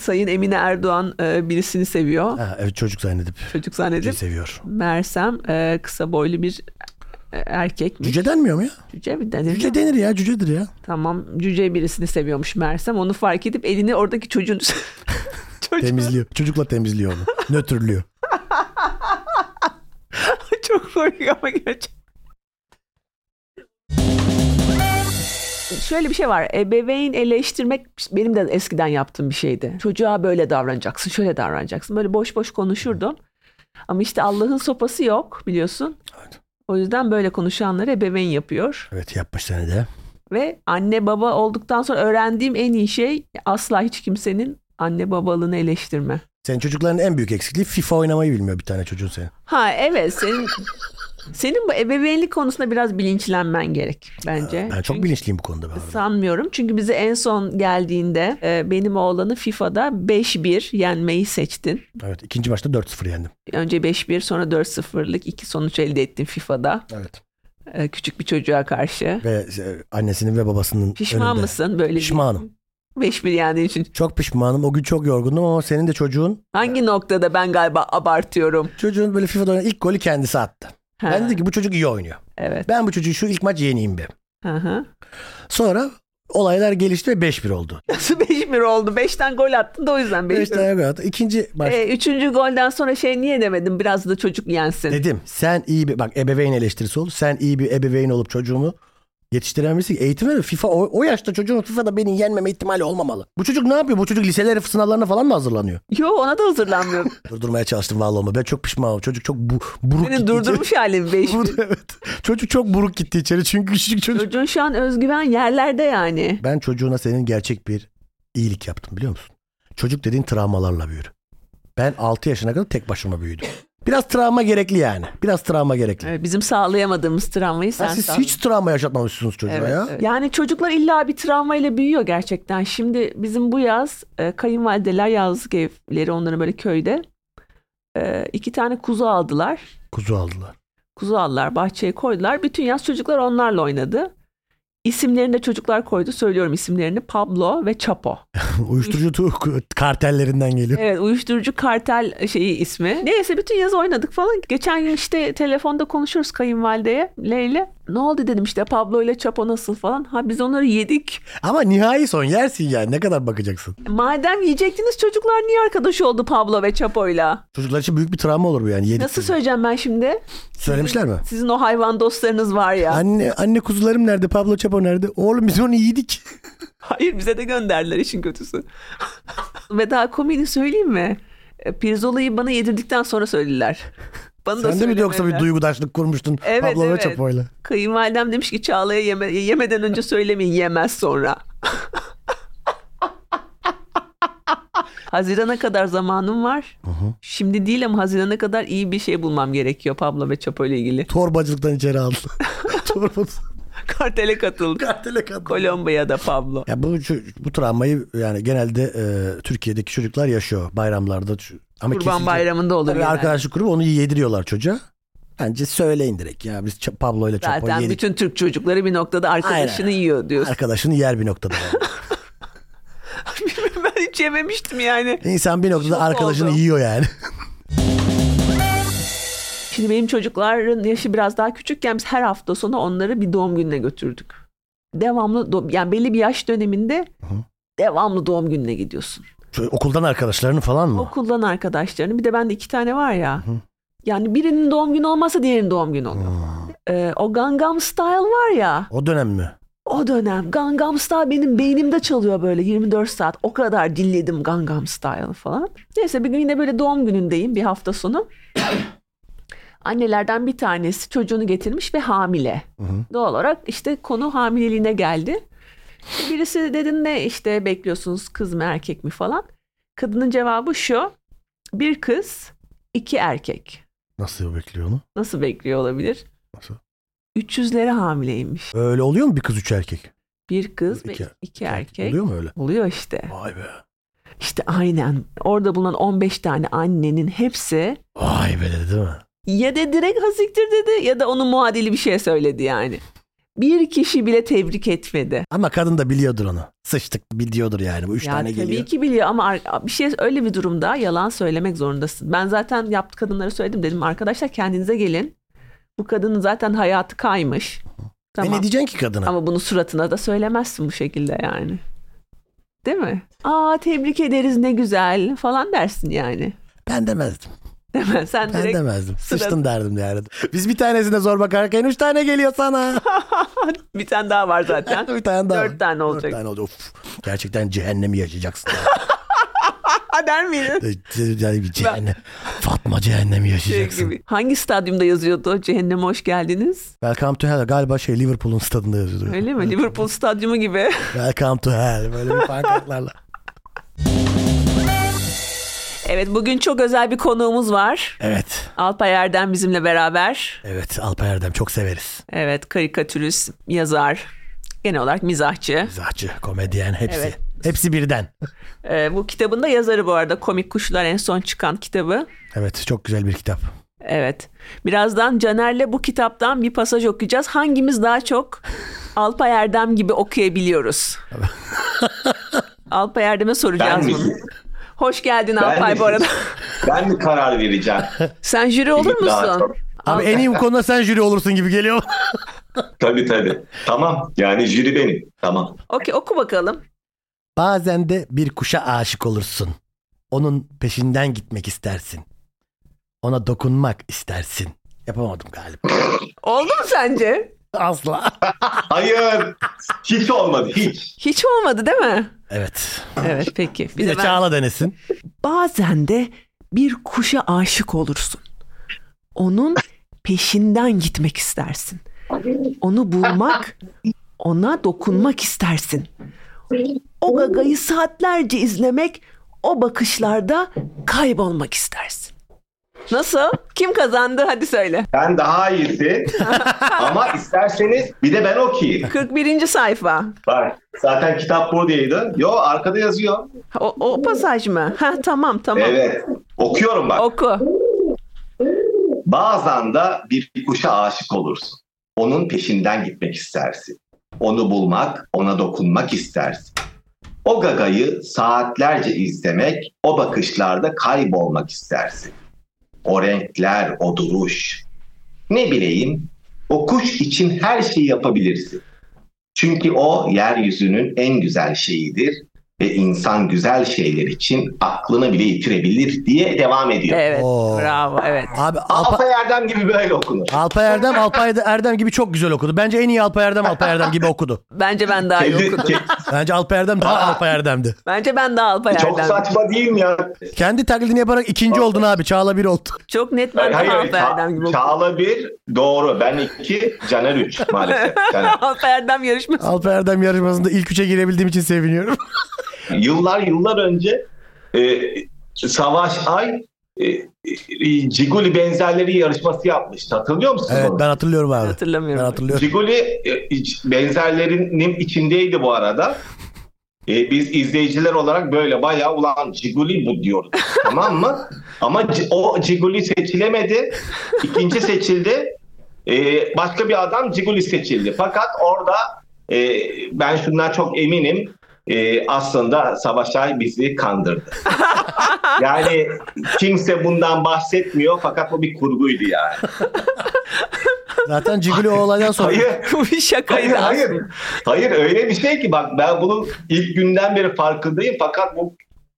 Speaker 1: Sayın Emine Erdoğan e, birisini seviyor.
Speaker 2: Ha, evet çocuk zannedip.
Speaker 1: Çocuk
Speaker 2: Cüce
Speaker 1: zannedip.
Speaker 2: seviyor.
Speaker 1: Mersem kısa boylu bir e, erkek mi?
Speaker 2: Cüce denmiyor mu ya?
Speaker 1: Cüce mi denir?
Speaker 2: Cüce denir ya cücedir ya.
Speaker 1: Tamam cüce birisini seviyormuş Mersem. Onu fark edip elini oradaki çocuğun... Çocuğun-
Speaker 2: Temizliyor. Çocukla temizliyor onu. Nötrlüyor.
Speaker 1: Çok komik ama gerçek. şöyle bir şey var. Ebeveyn eleştirmek benim de eskiden yaptığım bir şeydi. Çocuğa böyle davranacaksın, şöyle davranacaksın. Böyle boş boş konuşurdum. Ama işte Allah'ın sopası yok biliyorsun.
Speaker 2: Evet.
Speaker 1: O yüzden böyle konuşanları ebeveyn yapıyor.
Speaker 2: Evet yapmış seni de.
Speaker 1: Ve anne baba olduktan sonra öğrendiğim en iyi şey asla hiç kimsenin anne babalığını eleştirme.
Speaker 2: Senin çocukların en büyük eksikliği FIFA oynamayı bilmiyor bir tane çocuğun senin.
Speaker 1: Ha evet senin senin bu ebeveynlik konusunda biraz bilinçlenmen gerek bence.
Speaker 2: Ben çok
Speaker 1: Çünkü-
Speaker 2: bilinçliyim bu konuda. Ben.
Speaker 1: Sanmıyorum çünkü bize en son geldiğinde e, benim oğlanı FIFA'da 5-1 yenmeyi seçtin.
Speaker 2: Evet ikinci maçta 4-0 yendim.
Speaker 1: Önce 5-1 sonra 4-0'lık iki sonuç elde ettin FIFA'da
Speaker 2: Evet.
Speaker 1: e, küçük bir çocuğa karşı.
Speaker 2: Ve e, annesinin ve babasının
Speaker 1: Pişman
Speaker 2: önünde.
Speaker 1: mısın böyle bir-
Speaker 2: Pişmanım.
Speaker 1: 5-1 yendiğin için?
Speaker 2: Çok pişmanım. O gün çok yorgundum ama senin de çocuğun
Speaker 1: Hangi noktada ben galiba abartıyorum?
Speaker 2: çocuğun böyle FIFA'da oynayan ilk golü kendisi attı.
Speaker 1: Ha,
Speaker 2: Ben dedim ki bu çocuk iyi oynuyor.
Speaker 1: Evet.
Speaker 2: Ben bu çocuğu şu ilk maç yeneyim bir.
Speaker 1: Hı hı.
Speaker 2: Sonra olaylar gelişti ve 5-1 oldu.
Speaker 1: Nasıl 5-1 oldu? 5'ten gol attın da o yüzden 5-1.
Speaker 2: 5 tane gol attı. İkinci maç
Speaker 1: E, üçüncü golden sonra şey niye demedim biraz da çocuk yensin.
Speaker 2: Dedim sen iyi bir bak ebeveyn eleştirisi oldu. Sen iyi bir ebeveyn olup çocuğumu yetiştirememişsin. Eğitim ve FIFA o, o yaşta çocuğun FIFA'da beni yenmeme ihtimali olmamalı. Bu çocuk ne yapıyor? Bu çocuk liseler sınavlarına falan mı hazırlanıyor?
Speaker 1: Yo ona da hazırlanmıyorum.
Speaker 2: Durdurmaya çalıştım vallahi ama ben çok pişmanım. Çocuk çok bu, buruk
Speaker 1: Senin
Speaker 2: gitti
Speaker 1: durdurmuş halin 5-1.
Speaker 2: içeri. Vurdu, evet. Çocuk çok buruk gitti içeri çünkü küçücük çocuk.
Speaker 1: Çocuğun şu an özgüven yerlerde yani.
Speaker 2: Ben çocuğuna senin gerçek bir iyilik yaptım biliyor musun? Çocuk dediğin travmalarla büyür. Ben 6 yaşına kadar tek başıma büyüdüm. Biraz travma gerekli yani. Biraz travma gerekli.
Speaker 1: Evet, Ee, Bizim sağlayamadığımız travmayı sen
Speaker 2: Ya siz
Speaker 1: sağladın.
Speaker 2: hiç travma yaşatmamışsınız çocuğa
Speaker 1: Evet,
Speaker 2: ya.
Speaker 1: evet. Yani çocuklar illa bir travmayla büyüyor gerçekten. Şimdi bizim bu yaz e, kayınvalideler yazlık evleri onların böyle köyde e, iki tane kuzu aldılar.
Speaker 2: Kuzu aldılar.
Speaker 1: Kuzu aldılar bahçeye koydular. Bütün yaz çocuklar onlarla oynadı. İsimlerini de çocuklar koydu. Söylüyorum isimlerini Pablo ve Chapo.
Speaker 2: Uyuşturucu tu- kartellerinden geliyor.
Speaker 1: Evet uyuşturucu kartel e, şeyi ismi. Neyse bütün yaz oynadık falan. Geçen gün işte telefonda konuşuyoruz kayınvalideye Leyla. Ne oldu dedim işte Pablo ile Çapo nasıl falan. Ha biz onları yedik.
Speaker 2: Ama nihai son yersin yani. Ne kadar bakacaksın?
Speaker 1: Madem yiyecektiniz çocuklar niye arkadaş oldu Pablo ve Çapo'yla?
Speaker 2: Çocuklar için büyük bir travma olur bu yani. Yedik
Speaker 1: Nasıl
Speaker 2: dedi.
Speaker 1: söyleyeceğim ben şimdi?
Speaker 2: Söylemişler mi?
Speaker 1: Sizin o hayvan dostlarınız var ya.
Speaker 2: Anne anne kuzularım nerede? Pablo Chapo nerede? Oğlum biz onu yedik.
Speaker 1: Hayır bize de gönderdiler işin kötüsü. ve daha komedi söyleyeyim mi? E, Pirzola'yı bana yedirdikten sonra söylediler. Bana da
Speaker 2: Sen de mi yoksa bir
Speaker 1: söylemediler.
Speaker 2: duygudaşlık kurmuştun
Speaker 1: Evet,
Speaker 2: Pablo
Speaker 1: evet.
Speaker 2: ve Chapo'yla?
Speaker 1: Kayınvalidem demiş ki Çağla'ya yeme- yemeden önce söylemeyin yemez sonra. Hazirana kadar zamanım var. Şimdi değil ama Haziran'a kadar iyi bir şey bulmam gerekiyor Pablo ve Çapo ile ilgili.
Speaker 2: Torbacılıktan içeri aldı. Torba
Speaker 1: Kartele katıldı.
Speaker 2: kartele kaldı.
Speaker 1: Kolombiya'da Pablo.
Speaker 2: Ya bu ço- bu travmayı yani genelde e, Türkiye'deki çocuklar yaşıyor bayramlarda. Ç- Ama
Speaker 1: Kurban
Speaker 2: kesinlikle-
Speaker 1: Bayramı'nda olur.
Speaker 2: Tabii
Speaker 1: genelde.
Speaker 2: arkadaşlık grubu onu yediriyorlar çocuğa. Bence söyleyin direkt ya biz Ç- Pablo ile Chapo
Speaker 1: Zaten
Speaker 2: yedik.
Speaker 1: bütün Türk çocukları bir noktada arkadaşını
Speaker 2: Aynen.
Speaker 1: yiyor diyorsun.
Speaker 2: Arkadaşını yer bir noktada. yani.
Speaker 1: ben hiç yememiştim yani.
Speaker 2: İnsan bir noktada
Speaker 1: Şok
Speaker 2: arkadaşını
Speaker 1: oldum.
Speaker 2: yiyor yani.
Speaker 1: Şimdi benim çocukların yaşı biraz daha küçükken biz her hafta sonu onları bir doğum gününe götürdük. Devamlı doğ- yani belli bir yaş döneminde devamlı doğum gününe gidiyorsun.
Speaker 2: Şöyle okuldan arkadaşlarını falan mı?
Speaker 1: Okuldan arkadaşlarını bir de bende iki tane var ya. Yani birinin doğum günü olmasa diğerinin doğum günü oluyor. Ee, o Gangnam Style var ya
Speaker 2: Hmm. O dönem mi?
Speaker 1: o dönem Gangnam Style benim beynimde çalıyor böyle 24 saat. O kadar dinledim Gangnam Style falan. Neyse bir gün yine böyle doğum günündeyim bir hafta sonu. Annelerden bir tanesi çocuğunu getirmiş ve hamile. Doğal olarak işte konu hamileliğine geldi. İşte Birisi dedi ne işte bekliyorsunuz kız mı erkek mi falan. Kadının cevabı şu. Bir kız, iki erkek.
Speaker 2: Nasıl bekliyor onu?
Speaker 1: Nasıl bekliyor olabilir?
Speaker 2: Nasıl?
Speaker 1: 300'lere hamileymiş.
Speaker 2: Öyle oluyor mu bir kız üç erkek?
Speaker 1: Bir kız ve
Speaker 2: İki- er-
Speaker 1: iki, erkek.
Speaker 2: Oluyor mu öyle?
Speaker 1: Oluyor işte.
Speaker 2: Vay be.
Speaker 1: İşte aynen. Orada bulunan 15 tane annenin hepsi
Speaker 2: Vay be dedi değil mi?
Speaker 1: ya da direkt hasiktir dedi ya da onun muadili bir şey söyledi yani. Bir kişi bile tebrik etmedi.
Speaker 2: Ama kadın da biliyordur onu. Sıçtık biliyordur yani. Bu üç
Speaker 1: ya
Speaker 2: tane
Speaker 1: tabii
Speaker 2: geliyor.
Speaker 1: ki biliyor ama ar- bir şey öyle bir durumda yalan söylemek zorundasın. Ben zaten yaptı kadınlara söyledim dedim arkadaşlar kendinize gelin. Bu kadının zaten hayatı kaymış.
Speaker 2: E
Speaker 1: Tamam.
Speaker 2: ne diyeceksin ki kadına?
Speaker 1: Ama bunu suratına da söylemezsin bu şekilde yani. Değil mi? Aa tebrik ederiz ne güzel falan dersin yani.
Speaker 2: Ben demezdim.
Speaker 1: Hemen sen
Speaker 2: Ben
Speaker 1: direkt
Speaker 2: demezdim.
Speaker 1: sıra-
Speaker 2: Sıçtın derdim yani. Biz bir tanesine zor bakarken üç tane geliyor sana.
Speaker 1: bir tane daha var zaten.
Speaker 2: bir tane daha.
Speaker 1: Dört tane
Speaker 2: Dört
Speaker 1: olacak.
Speaker 2: tane olacak. Of. Gerçekten cehennemi yaşayacaksın. Ee,
Speaker 1: Ha der miydin?
Speaker 2: yani bir cehennem. Fatma cehennemi
Speaker 1: Şey
Speaker 2: yaşayacaksın.
Speaker 1: gibi. Hangi stadyumda yazıyordu? Cehenneme hoş geldiniz.
Speaker 2: Welcome to Hell galiba şey Liverpool'un stadında yazıyordu.
Speaker 1: Öyle mi? Liverpool stadyumu gibi.
Speaker 2: Welcome to Hell böyle bir pankartlarla.
Speaker 1: Evet bugün çok özel bir konuğumuz var.
Speaker 2: evet.
Speaker 1: Alpay Erdem bizimle beraber.
Speaker 2: Evet Alpay Erdem çok severiz.
Speaker 1: Evet karikatürist, yazar, genel olarak mizahçı.
Speaker 2: Mizahçı, komedyen hepsi.
Speaker 1: Evet.
Speaker 2: Hepsi birden.
Speaker 1: Ee, bu kitabın da yazarı bu arada. Komik Kuşlar en son çıkan kitabı.
Speaker 2: Evet çok güzel bir kitap.
Speaker 1: Evet. Birazdan Caner'le bu kitaptan bir pasaj okuyacağız. Hangimiz daha çok Alpay Erdem gibi okuyabiliyoruz? Alpay Erdem'e soracağız
Speaker 3: Ben mi?
Speaker 1: bunu. Hoş geldin
Speaker 3: Ben
Speaker 1: Alpay
Speaker 3: mi?
Speaker 1: bu arada.
Speaker 3: Ben mi karar vereceğim?
Speaker 1: Sen jüri olur
Speaker 3: Daha çok.
Speaker 1: musun?
Speaker 2: Abi en iyi bu konuda sen jüri olursun gibi geliyor.
Speaker 3: Tabii tabii. Tamam. Yani jüri benim. Tamam.
Speaker 1: Okey oku bakalım.
Speaker 2: Bazen de bir kuşa aşık olursun. Onun peşinden gitmek istersin. Ona dokunmak istersin. Yapamadım galiba.
Speaker 1: Oldu mu sence?
Speaker 2: Asla.
Speaker 3: Hayır. Hiç olmadı. Hiç.
Speaker 1: Hiç olmadı değil mi?
Speaker 2: Evet.
Speaker 1: Evet peki. Bir,
Speaker 2: Bir
Speaker 1: de
Speaker 2: de
Speaker 1: ben-
Speaker 2: Çağla denesin.
Speaker 1: Bazen de bir kuşa aşık olursun. Onun peşinden gitmek istersin. Onu bulmak, ona dokunmak istersin. O gagayı saatlerce izlemek, o bakışlarda kaybolmak istersin. Nasıl? Kim kazandı? Hadi söyle.
Speaker 3: Ben daha iyisi. Ama isterseniz bir de ben okuyayım.
Speaker 1: 41. sayfa.
Speaker 3: Bak zaten kitap buradaydı. Yo arkada yazıyor.
Speaker 1: O, o pasaj mı? Ha tamam tamam.
Speaker 3: Evet. Okuyorum bak.
Speaker 1: Oku.
Speaker 3: Bazen de bir kuşa aşık olursun. Onun peşinden gitmek istersin. Onu bulmak, ona dokunmak istersin. O gagayı saatlerce izlemek, o bakışlarda kaybolmak istersin. O renkler, o duruş. Ne bileyim, o kuş için her şeyi yapabilirsin. Çünkü o yeryüzünün en güzel şeyidir ve insan güzel şeyler için aklını bile yitirebilir diye devam ediyor.
Speaker 1: Evet.
Speaker 2: Oo.
Speaker 1: Bravo. Evet.
Speaker 2: Abi Alpa-
Speaker 3: Alpay Erdem gibi böyle okunur.
Speaker 2: Alpay Erdem Alpay Erdem gibi çok güzel okudu. Bence en iyi Alpay Erdem Alpay Erdem gibi okudu.
Speaker 1: Bence ben daha iyi
Speaker 3: Kedi-
Speaker 1: okudum.
Speaker 3: kedi-
Speaker 2: Bence Alpay Erdem daha Alpay Erdem'di.
Speaker 1: Bence ben daha Alpay
Speaker 3: Çok
Speaker 1: Erdem.
Speaker 3: saçma değil mi ya?
Speaker 2: Kendi taklidini yaparak ikinci oldun abi. Çağla bir oldu.
Speaker 1: Çok net ben daha Alpay
Speaker 3: Ça-
Speaker 1: Erdem gibi okudum.
Speaker 3: Çağla 1 doğru. Ben 2, Caner 3 maalesef. Caner.
Speaker 1: Alpay Erdem yarışması.
Speaker 2: Alpay Erdem yarışmasında ilk üçe girebildiğim için seviniyorum.
Speaker 3: Yıllar yıllar önce e, Savaş Ay e, e, Ciguli benzerleri yarışması yapmıştı. Hatırlıyor musunuz
Speaker 2: evet
Speaker 3: onu?
Speaker 2: ben hatırlıyorum abi. Ben
Speaker 1: Hatırlamıyorum.
Speaker 2: hatırlıyorum.
Speaker 3: Ciguli e, iç- benzerlerinin içindeydi bu arada. E, biz izleyiciler olarak böyle bayağı ulan Ciguli bu diyoruz. tamam mı? Ama C- o Ciguli seçilemedi. İkinci seçildi. E, başka bir adam Ciguli seçildi. Fakat orada e, ben şundan çok eminim. E, aslında Savaş Ay bizi kandırdı. yani kimse bundan bahsetmiyor fakat bu bir kurguydu yani.
Speaker 2: Zaten Ciguli o olaydan sonra.
Speaker 3: Hayır,
Speaker 1: Bu bir şakaydı
Speaker 3: Hayır, hayır.
Speaker 1: aslında.
Speaker 3: Hayır öyle bir şey ki bak ben bunun ilk günden beri farkındayım fakat bu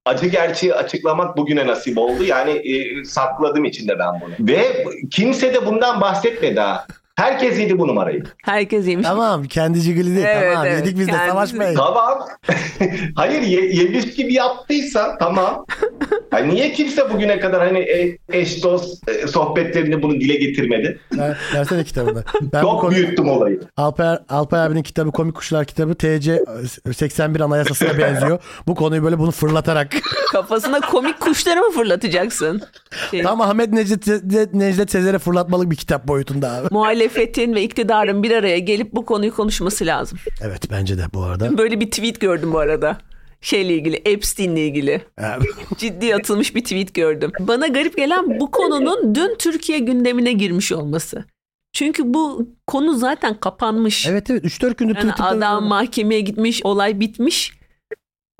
Speaker 3: acı gerçeği açıklamak bugüne nasip oldu. Yani e, sakladım içinde ben bunu. Ve kimse de bundan bahsetmedi ha. Herkes yedi bu numarayı.
Speaker 1: Herkes yemiş.
Speaker 2: Tamam kendi Ciguli değil.
Speaker 1: Evet,
Speaker 2: tamam
Speaker 1: evet.
Speaker 2: yedik biz de
Speaker 1: Kendisi-
Speaker 2: Savaş Bey.
Speaker 3: Tamam. Hayır ye, yemiş gibi yaptıysa tamam. Ha, niye kimse bugüne kadar hani e- eş dost e, sohbetlerinde bunu dile getirmedi?
Speaker 2: Ver- versene kitabını. Ben bu
Speaker 3: Çok
Speaker 2: konuyu
Speaker 3: büyüttüm olayı.
Speaker 2: Alpay, Er- Alpay abinin kitabı Komik Kuşlar kitabı TC 81 anayasasına benziyor. Bu konuyu böyle bunu fırlatarak.
Speaker 1: Kafasına komik kuşları mı fırlatacaksın? Şey,
Speaker 2: Tam Ahmet Necdet, Necdet Sezer'e fırlatmalık bir kitap boyutunda abi.
Speaker 1: Muhalefetin ve iktidarın bir araya gelip bu konuyu konuşması lazım.
Speaker 2: Evet bence de bu arada.
Speaker 1: Böyle bir tweet gördüm bu arada. Şeyle ilgili, Epstein'le ilgili. Ciddi atılmış bir tweet gördüm. Bana garip gelen bu konunun dün Türkiye gündemine girmiş olması. Çünkü bu konu zaten kapanmış.
Speaker 2: evet evet 3-4 gündür
Speaker 1: Yani
Speaker 2: Twitter'da-
Speaker 1: adam mahkemeye gitmiş, olay bitmiş.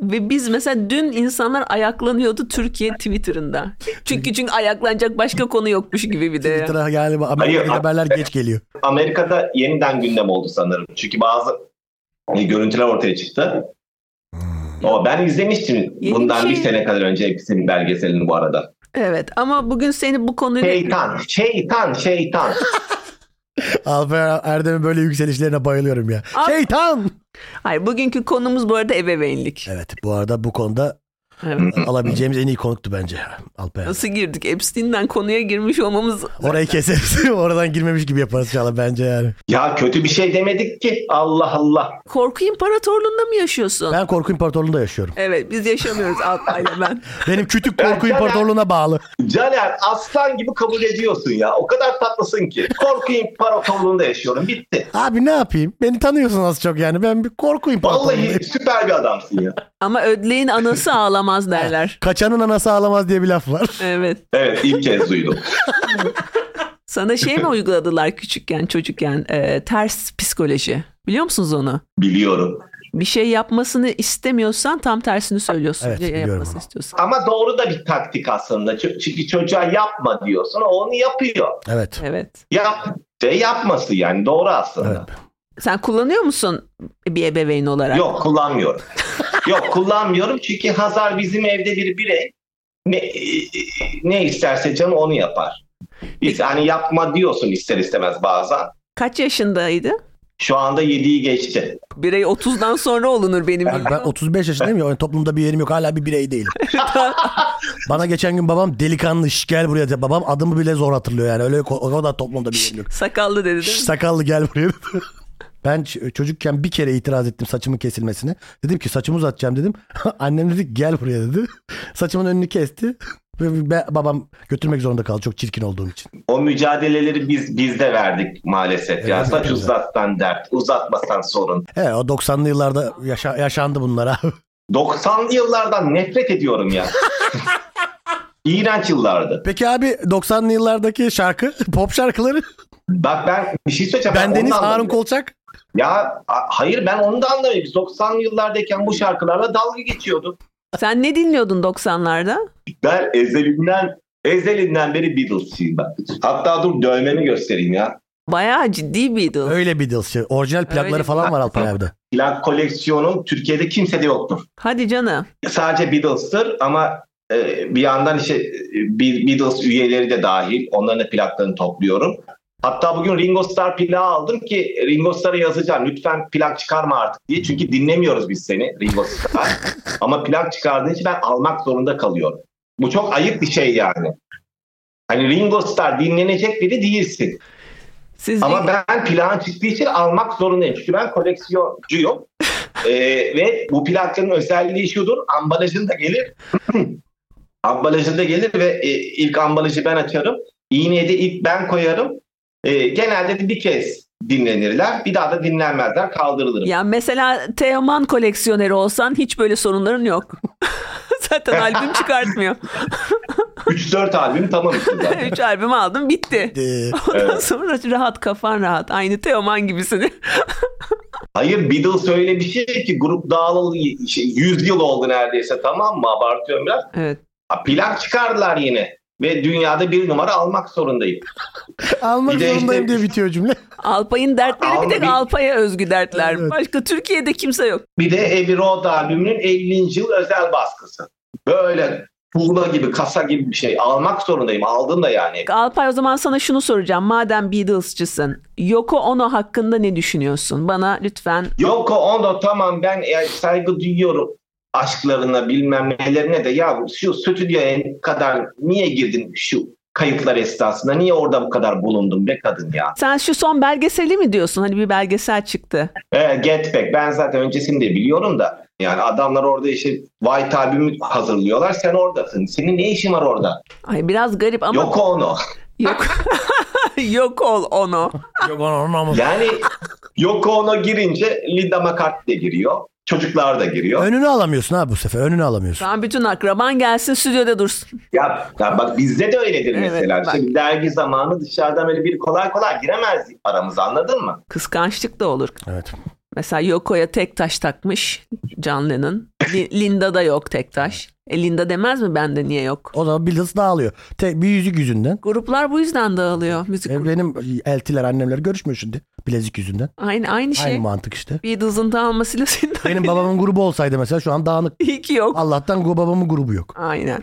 Speaker 1: Ve biz mesela dün insanlar ayaklanıyordu Türkiye Twitter'ında. Çünkü çünkü ayaklanacak başka konu yokmuş gibi bir de. ya.
Speaker 2: Twitter'a galiba Amerika'daki
Speaker 3: Hayır,
Speaker 2: haberler geç geliyor.
Speaker 3: Amerika'da yeniden gündem oldu sanırım. Çünkü bazı e, görüntüler ortaya çıktı. O ben izlemiştim
Speaker 1: Yeni bir
Speaker 3: bundan
Speaker 1: şey-
Speaker 3: bir sene kadar önce hepsinin belgeselini bu arada.
Speaker 1: Evet ama bugün seni bu konuyla...
Speaker 3: Şeytan, şeytan, şeytan.
Speaker 2: Alper Erdem'in böyle yükselişlerine bayılıyorum ya.
Speaker 1: Al-
Speaker 2: Şeytan!
Speaker 1: Hayır bugünkü konumuz bu arada ebeveynlik.
Speaker 2: Evet bu arada bu konuda Hmm.
Speaker 1: Evet.
Speaker 2: alabileceğimiz en iyi konuktu bence Alper.
Speaker 1: Nasıl girdik? Epstein'den konuya girmiş olmamız...
Speaker 2: Orayı keseriz. Oradan girmemiş gibi yaparız inşallah bence yani.
Speaker 3: ya kötü bir şey demedik ki. Allah Allah.
Speaker 1: Korku imparatorluğunda mı yaşıyorsun?
Speaker 2: Ben korku imparatorluğunda yaşıyorum.
Speaker 1: Evet biz yaşamıyoruz Alpay'la ben.
Speaker 2: Benim kütük korku imparatorluğuna bağlı.
Speaker 3: Caner aslan gibi kabul ediyorsun ya. O kadar tatlısın ki. Korku imparatorluğunda yaşıyorum. Bitti.
Speaker 2: Abi ne yapayım? Beni tanıyorsun az çok yani. Ben bir korku imparatorluğundayım.
Speaker 3: Vallahi süper bir adamsın ya.
Speaker 1: Ama ödleğin anası ağlamaz derler.
Speaker 2: Kaçanın anası ağlamaz diye bir laf var.
Speaker 1: Evet.
Speaker 3: Evet ilk kez duydum.
Speaker 1: Sana şey mi uyguladılar küçükken çocukken? Ee, ters psikoloji. Biliyor musunuz onu?
Speaker 3: Biliyorum.
Speaker 1: Bir şey yapmasını istemiyorsan tam tersini söylüyorsun.
Speaker 2: Evet,
Speaker 1: Bir şey
Speaker 2: biliyorum
Speaker 1: yapmasını
Speaker 2: onu.
Speaker 1: istiyorsan.
Speaker 3: Ama doğru da bir taktik aslında. Çö- Çünkü çocuğa yapma diyorsun. O onu yapıyor.
Speaker 2: Evet.
Speaker 1: Evet.
Speaker 3: Yap ve yapması yani doğru aslında.
Speaker 1: Sen kullanıyor musun bir ebeveyn olarak?
Speaker 3: Yok kullanmıyorum. Yok kullanmıyorum çünkü Hazar bizim evde bir birey. Ne, e, e, ne isterse canı onu yapar. Biz hani yapma diyorsun ister istemez bazen.
Speaker 1: Kaç yaşındaydı?
Speaker 3: Şu anda 7'yi geçti.
Speaker 1: Birey 30'dan sonra olunur benim
Speaker 2: Ben,
Speaker 1: bildiğim.
Speaker 2: ben 35 yaşındayım ya. yani toplumda bir yerim yok. Hala bir birey değilim. Bana geçen gün babam delikanlı şş, gel buraya dedi. Babam adımı bile zor hatırlıyor yani. Öyle ko- o kadar toplumda bir yerim yok.
Speaker 1: Sakallı dedi
Speaker 2: Şş,
Speaker 1: değil mi?
Speaker 2: sakallı gel buraya dedi. Ben ç- çocukken bir kere itiraz ettim saçımın kesilmesine. Dedim ki saçımı uzatacağım dedim. Annem dedi gel buraya dedi. Saçımın önünü kesti. Ve ben- babam götürmek zorunda kaldı çok çirkin olduğum için.
Speaker 3: O mücadeleleri biz biz de verdik maalesef. ya
Speaker 2: Evet,
Speaker 3: saç
Speaker 2: evet.
Speaker 3: uzatsan dert, uzatmasan sorun.
Speaker 2: Evet E, o 90'lı yıllarda yaşa- yaşandı bunlar abi.
Speaker 3: 90'lı yıllardan nefret ediyorum ya. İğrenç yıllardı.
Speaker 2: Peki abi 90'lı yıllardaki şarkı pop şarkıları.
Speaker 3: Bak ben bir şey söyleyeceğim.
Speaker 2: Ben
Speaker 3: onu
Speaker 2: Deniz
Speaker 3: da
Speaker 2: Harun
Speaker 3: anlamıyorum.
Speaker 2: Kolçak.
Speaker 3: Ya a- hayır ben onu da anlamıyorum. Biz 90'lı yıllardayken bu şarkılarla dalga geçiyorduk.
Speaker 1: Sen ne dinliyordun 90'larda?
Speaker 3: Ben ezelinden ezelinden beri Beatles'ıyım bak. Hatta dur dövmemi göstereyim ya.
Speaker 1: Bayağı ciddi Beatles.
Speaker 2: Öyle Beatles'çı. Orijinal plakları
Speaker 1: Öyle.
Speaker 2: falan var Alpay abi'de.
Speaker 3: Plak koleksiyonum Türkiye'de kimsede yoktur.
Speaker 1: Hadi canım.
Speaker 3: Sadece Beatles'tır ama e, bir yandan işte e, Be- Beatles üyeleri de dahil. Onların da plaklarını topluyorum. Hatta bugün Ringo Starr plağı aldım ki Ringo Starr'a yazacağım. Lütfen plak çıkarma artık diye. Çünkü dinlemiyoruz biz seni Ringo Starr. Ama plak çıkardığın için ben almak zorunda kalıyorum. Bu çok ayıp bir şey yani. Hani Ringo Starr dinlenecek biri değilsin.
Speaker 1: Siz
Speaker 3: Ama ben plağın çıktığı için almak zorundayım. Çünkü ben koleksiyoncuyum. Ee, ve bu plakların özelliği şudur. Ambalajında gelir. ambalajında gelir ve e, ilk ambalajı ben açarım. İğneyi de ilk ben koyarım. Ee, genelde de bir kez dinlenirler. Bir daha da dinlenmezler. Kaldırılırım.
Speaker 1: Ya mesela Teoman koleksiyoneri olsan hiç böyle sorunların yok. Zaten albüm çıkartmıyor.
Speaker 3: 3-4 albüm tamam işte zaten.
Speaker 1: 3 albüm aldım bitti.
Speaker 2: Ee,
Speaker 1: Ondan
Speaker 3: Evet.
Speaker 1: sonra rahat kafan rahat. Aynı Teoman gibisin.
Speaker 3: Hayır Beatles öyle bir şey ki grup dağılalı y- şey, 100 yıl oldu neredeyse tamam mı? Abartıyorum biraz.
Speaker 1: evet.
Speaker 3: Ha, plak çıkardılar yine. Ve dünyada bir numara almak zorundayım.
Speaker 2: almak
Speaker 3: Bir de işte-
Speaker 2: zorundayım diye bitiyor cümle.
Speaker 1: Alpay'ın dertleri bir tek
Speaker 3: Albi-
Speaker 1: Alpay'a özgü dertler.
Speaker 2: Evet.
Speaker 1: Başka Türkiye'de kimse yok.
Speaker 3: Bir de Abbey Road albümünün 50. yıl özel baskısı. Böyle tuğla gibi, kasa gibi bir şey. Almak zorundayım. Aldım da yani.
Speaker 1: Alpay o zaman sana şunu soracağım. Madem Beatles'çısın. Yoko Ono hakkında ne düşünüyorsun? Bana lütfen
Speaker 3: Yoko Ono tamam ben e, saygı duyuyorum aşklarına bilmem nelerine de ya şu stüdyoya kadar niye girdin şu kayıtlar esnasında niye orada bu kadar bulundun be kadın ya.
Speaker 1: Sen şu son belgeseli mi diyorsun? Hani bir belgesel çıktı.
Speaker 3: E, Get Back ben zaten öncesini de biliyorum da yani adamlar orada işte White albümü hazırlıyorlar sen oradasın. Senin ne işin var orada?
Speaker 1: Ay biraz garip ama
Speaker 3: Yoko Ono.
Speaker 1: yok. yok ol onu.
Speaker 2: Yok onu anlamadım.
Speaker 3: Yani Yoko Ono girince Linda McCartney de giriyor. Çocuklar da giriyor.
Speaker 2: Önünü alamıyorsun abi bu sefer. Önünü alamıyorsun.
Speaker 1: Sen bütün akraban gelsin stüdyoda dursun.
Speaker 3: Ya, ya bak bizde de öyledir
Speaker 1: Evet,
Speaker 3: mesela.
Speaker 1: bak.
Speaker 3: Şimdi dergi zamanı dışarıdan böyle bir kolay kolay giremezdik aramıza anladın mı?
Speaker 1: Kıskançlık da olur.
Speaker 2: Evet.
Speaker 1: Mesela Yoko'ya tek taş takmış John Lennon. Li- Linda'da yok tek taş. E Linda demez mi bende niye yok?
Speaker 2: O zaman Beatles dağılıyor. Tek bir yüzük yüzünden.
Speaker 1: Gruplar bu yüzden dağılıyor. Müzik
Speaker 2: E,
Speaker 1: grup-
Speaker 2: Benim eltiler annemler görüşmüyor şimdi. Bilezik yüzünden.
Speaker 1: Aynı aynı şey.
Speaker 2: Aynı mantık işte.
Speaker 1: Beatles'ın dağılmasıyla senin
Speaker 2: Benim babamın grubu olsaydı mesela şu an dağınık.
Speaker 1: İyi ki yok.
Speaker 2: Allah'tan gu- babamın grubu yok.
Speaker 1: Aynen.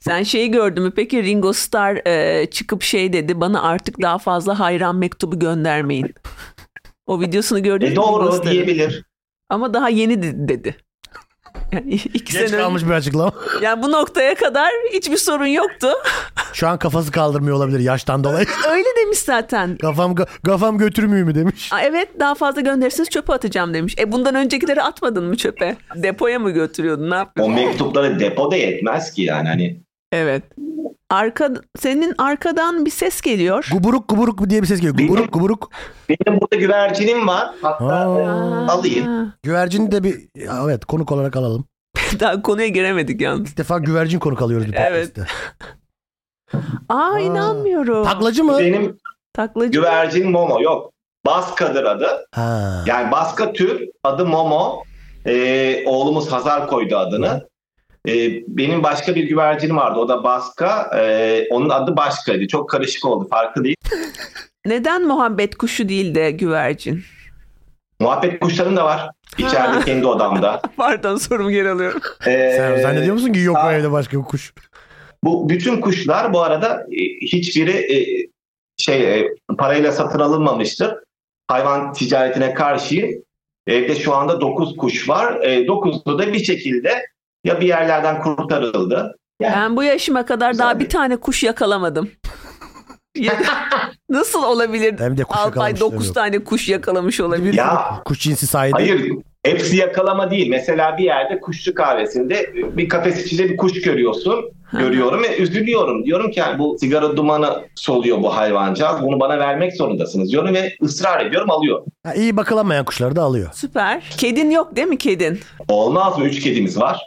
Speaker 1: Sen şeyi gördün mü? Peki Ringo Starr e, çıkıp şey dedi. Bana artık daha fazla hayran mektubu göndermeyin. O videosunu gördün mü?
Speaker 3: E
Speaker 1: Ringo
Speaker 3: doğru
Speaker 1: Starr'ın?
Speaker 3: diyebilir.
Speaker 1: Ama daha yeni de- dedi. Yani iki
Speaker 2: Geç
Speaker 1: sene
Speaker 2: kalmış bir açıklama.
Speaker 1: önce- Yani bu noktaya kadar hiçbir sorun yoktu.
Speaker 2: Şu an kafası kaldırmıyor olabilir yaştan dolayı.
Speaker 1: Öyle demiş zaten.
Speaker 2: kafam ka- kafam götürmüyor mu demiş.
Speaker 1: Aa, evet daha fazla gönderirseniz çöpe atacağım demiş. E bundan öncekileri atmadın mı çöpe? Depoya mı götürüyordun? Ne
Speaker 3: O
Speaker 1: yapıyorsun?
Speaker 3: mektupları depoda yetmez ki yani. Hani
Speaker 1: Evet. Arka, senin arkadan bir ses geliyor.
Speaker 2: Guburuk guburuk diye bir ses geliyor. Guburuk guburuk.
Speaker 3: benim burada güvercinim var. Hatta
Speaker 2: Aa.
Speaker 3: alayım.
Speaker 2: Güvercini de bir evet konuk olarak alalım.
Speaker 1: Daha konuya giremedik yalnız.
Speaker 2: İlk defa güvercin konuk alıyoruz bir
Speaker 1: Evet.
Speaker 2: podcast'te.
Speaker 1: Aa, inanmıyorum.
Speaker 2: Taklacı mı?
Speaker 3: Benim
Speaker 1: Taklacı.
Speaker 3: güvercin Momo yok. Baska'dır adı.
Speaker 2: Ha.
Speaker 3: Yani Baska tür adı Momo. Ee, oğlumuz Hazar koydu adını. Ee, benim başka bir güvercinim vardı. O da Baska. Ee, onun adı başkaydı. Çok karışık oldu. Farklı değil.
Speaker 1: Neden muhabbet kuşu değil de güvercin?
Speaker 3: Muhabbet kuşlarım da var.
Speaker 1: Ha.
Speaker 3: İçeride kendi odamda.
Speaker 1: Pardon sorumu geri alıyorum.
Speaker 3: Ee,
Speaker 2: Sen zannediyor musun ki yok o
Speaker 3: Aa.
Speaker 2: evde başka bir kuş?
Speaker 3: Ee, Bu bütün kuşlar bu arada e, hiçbiri e, şey e, parayla satın alınmamıştır. Hayvan ticaretine karşıyım. Evde şu anda 9 kuş var. E, 9'u da bir şekilde ya bir yerlerden kurtarıldı.
Speaker 1: Ben bu yaşıma kadar
Speaker 3: Güzel
Speaker 1: daha
Speaker 3: bir-
Speaker 1: bir tane kuş yakalamadım. Ya- Nasıl olabilir?
Speaker 2: Hem de kuş
Speaker 1: Alpay 9
Speaker 2: tane.
Speaker 1: tane kuş yakalamış olabilir.
Speaker 3: Ya
Speaker 2: Kuş cinsi sahibi.
Speaker 1: E,
Speaker 3: hayır hepsi yakalama değil. Mesela bir yerde kuşçu kahvesinde e, bir kafes içinde bir kuş görüyorsun.
Speaker 1: Ha.
Speaker 3: Görüyorum ve üzülüyorum. Diyorum ki yani bu sigara dumanı soluyor bu hayvancağız. Bunu bana vermek zorundasınız diyorum ve ısrar ediyorum alıyor.
Speaker 2: Ha, iyi bakılamayan kuşları da alıyor.
Speaker 1: Süper. Kedin yok değil mi kedin?
Speaker 3: Olmaz mı? Üç kedimiz var.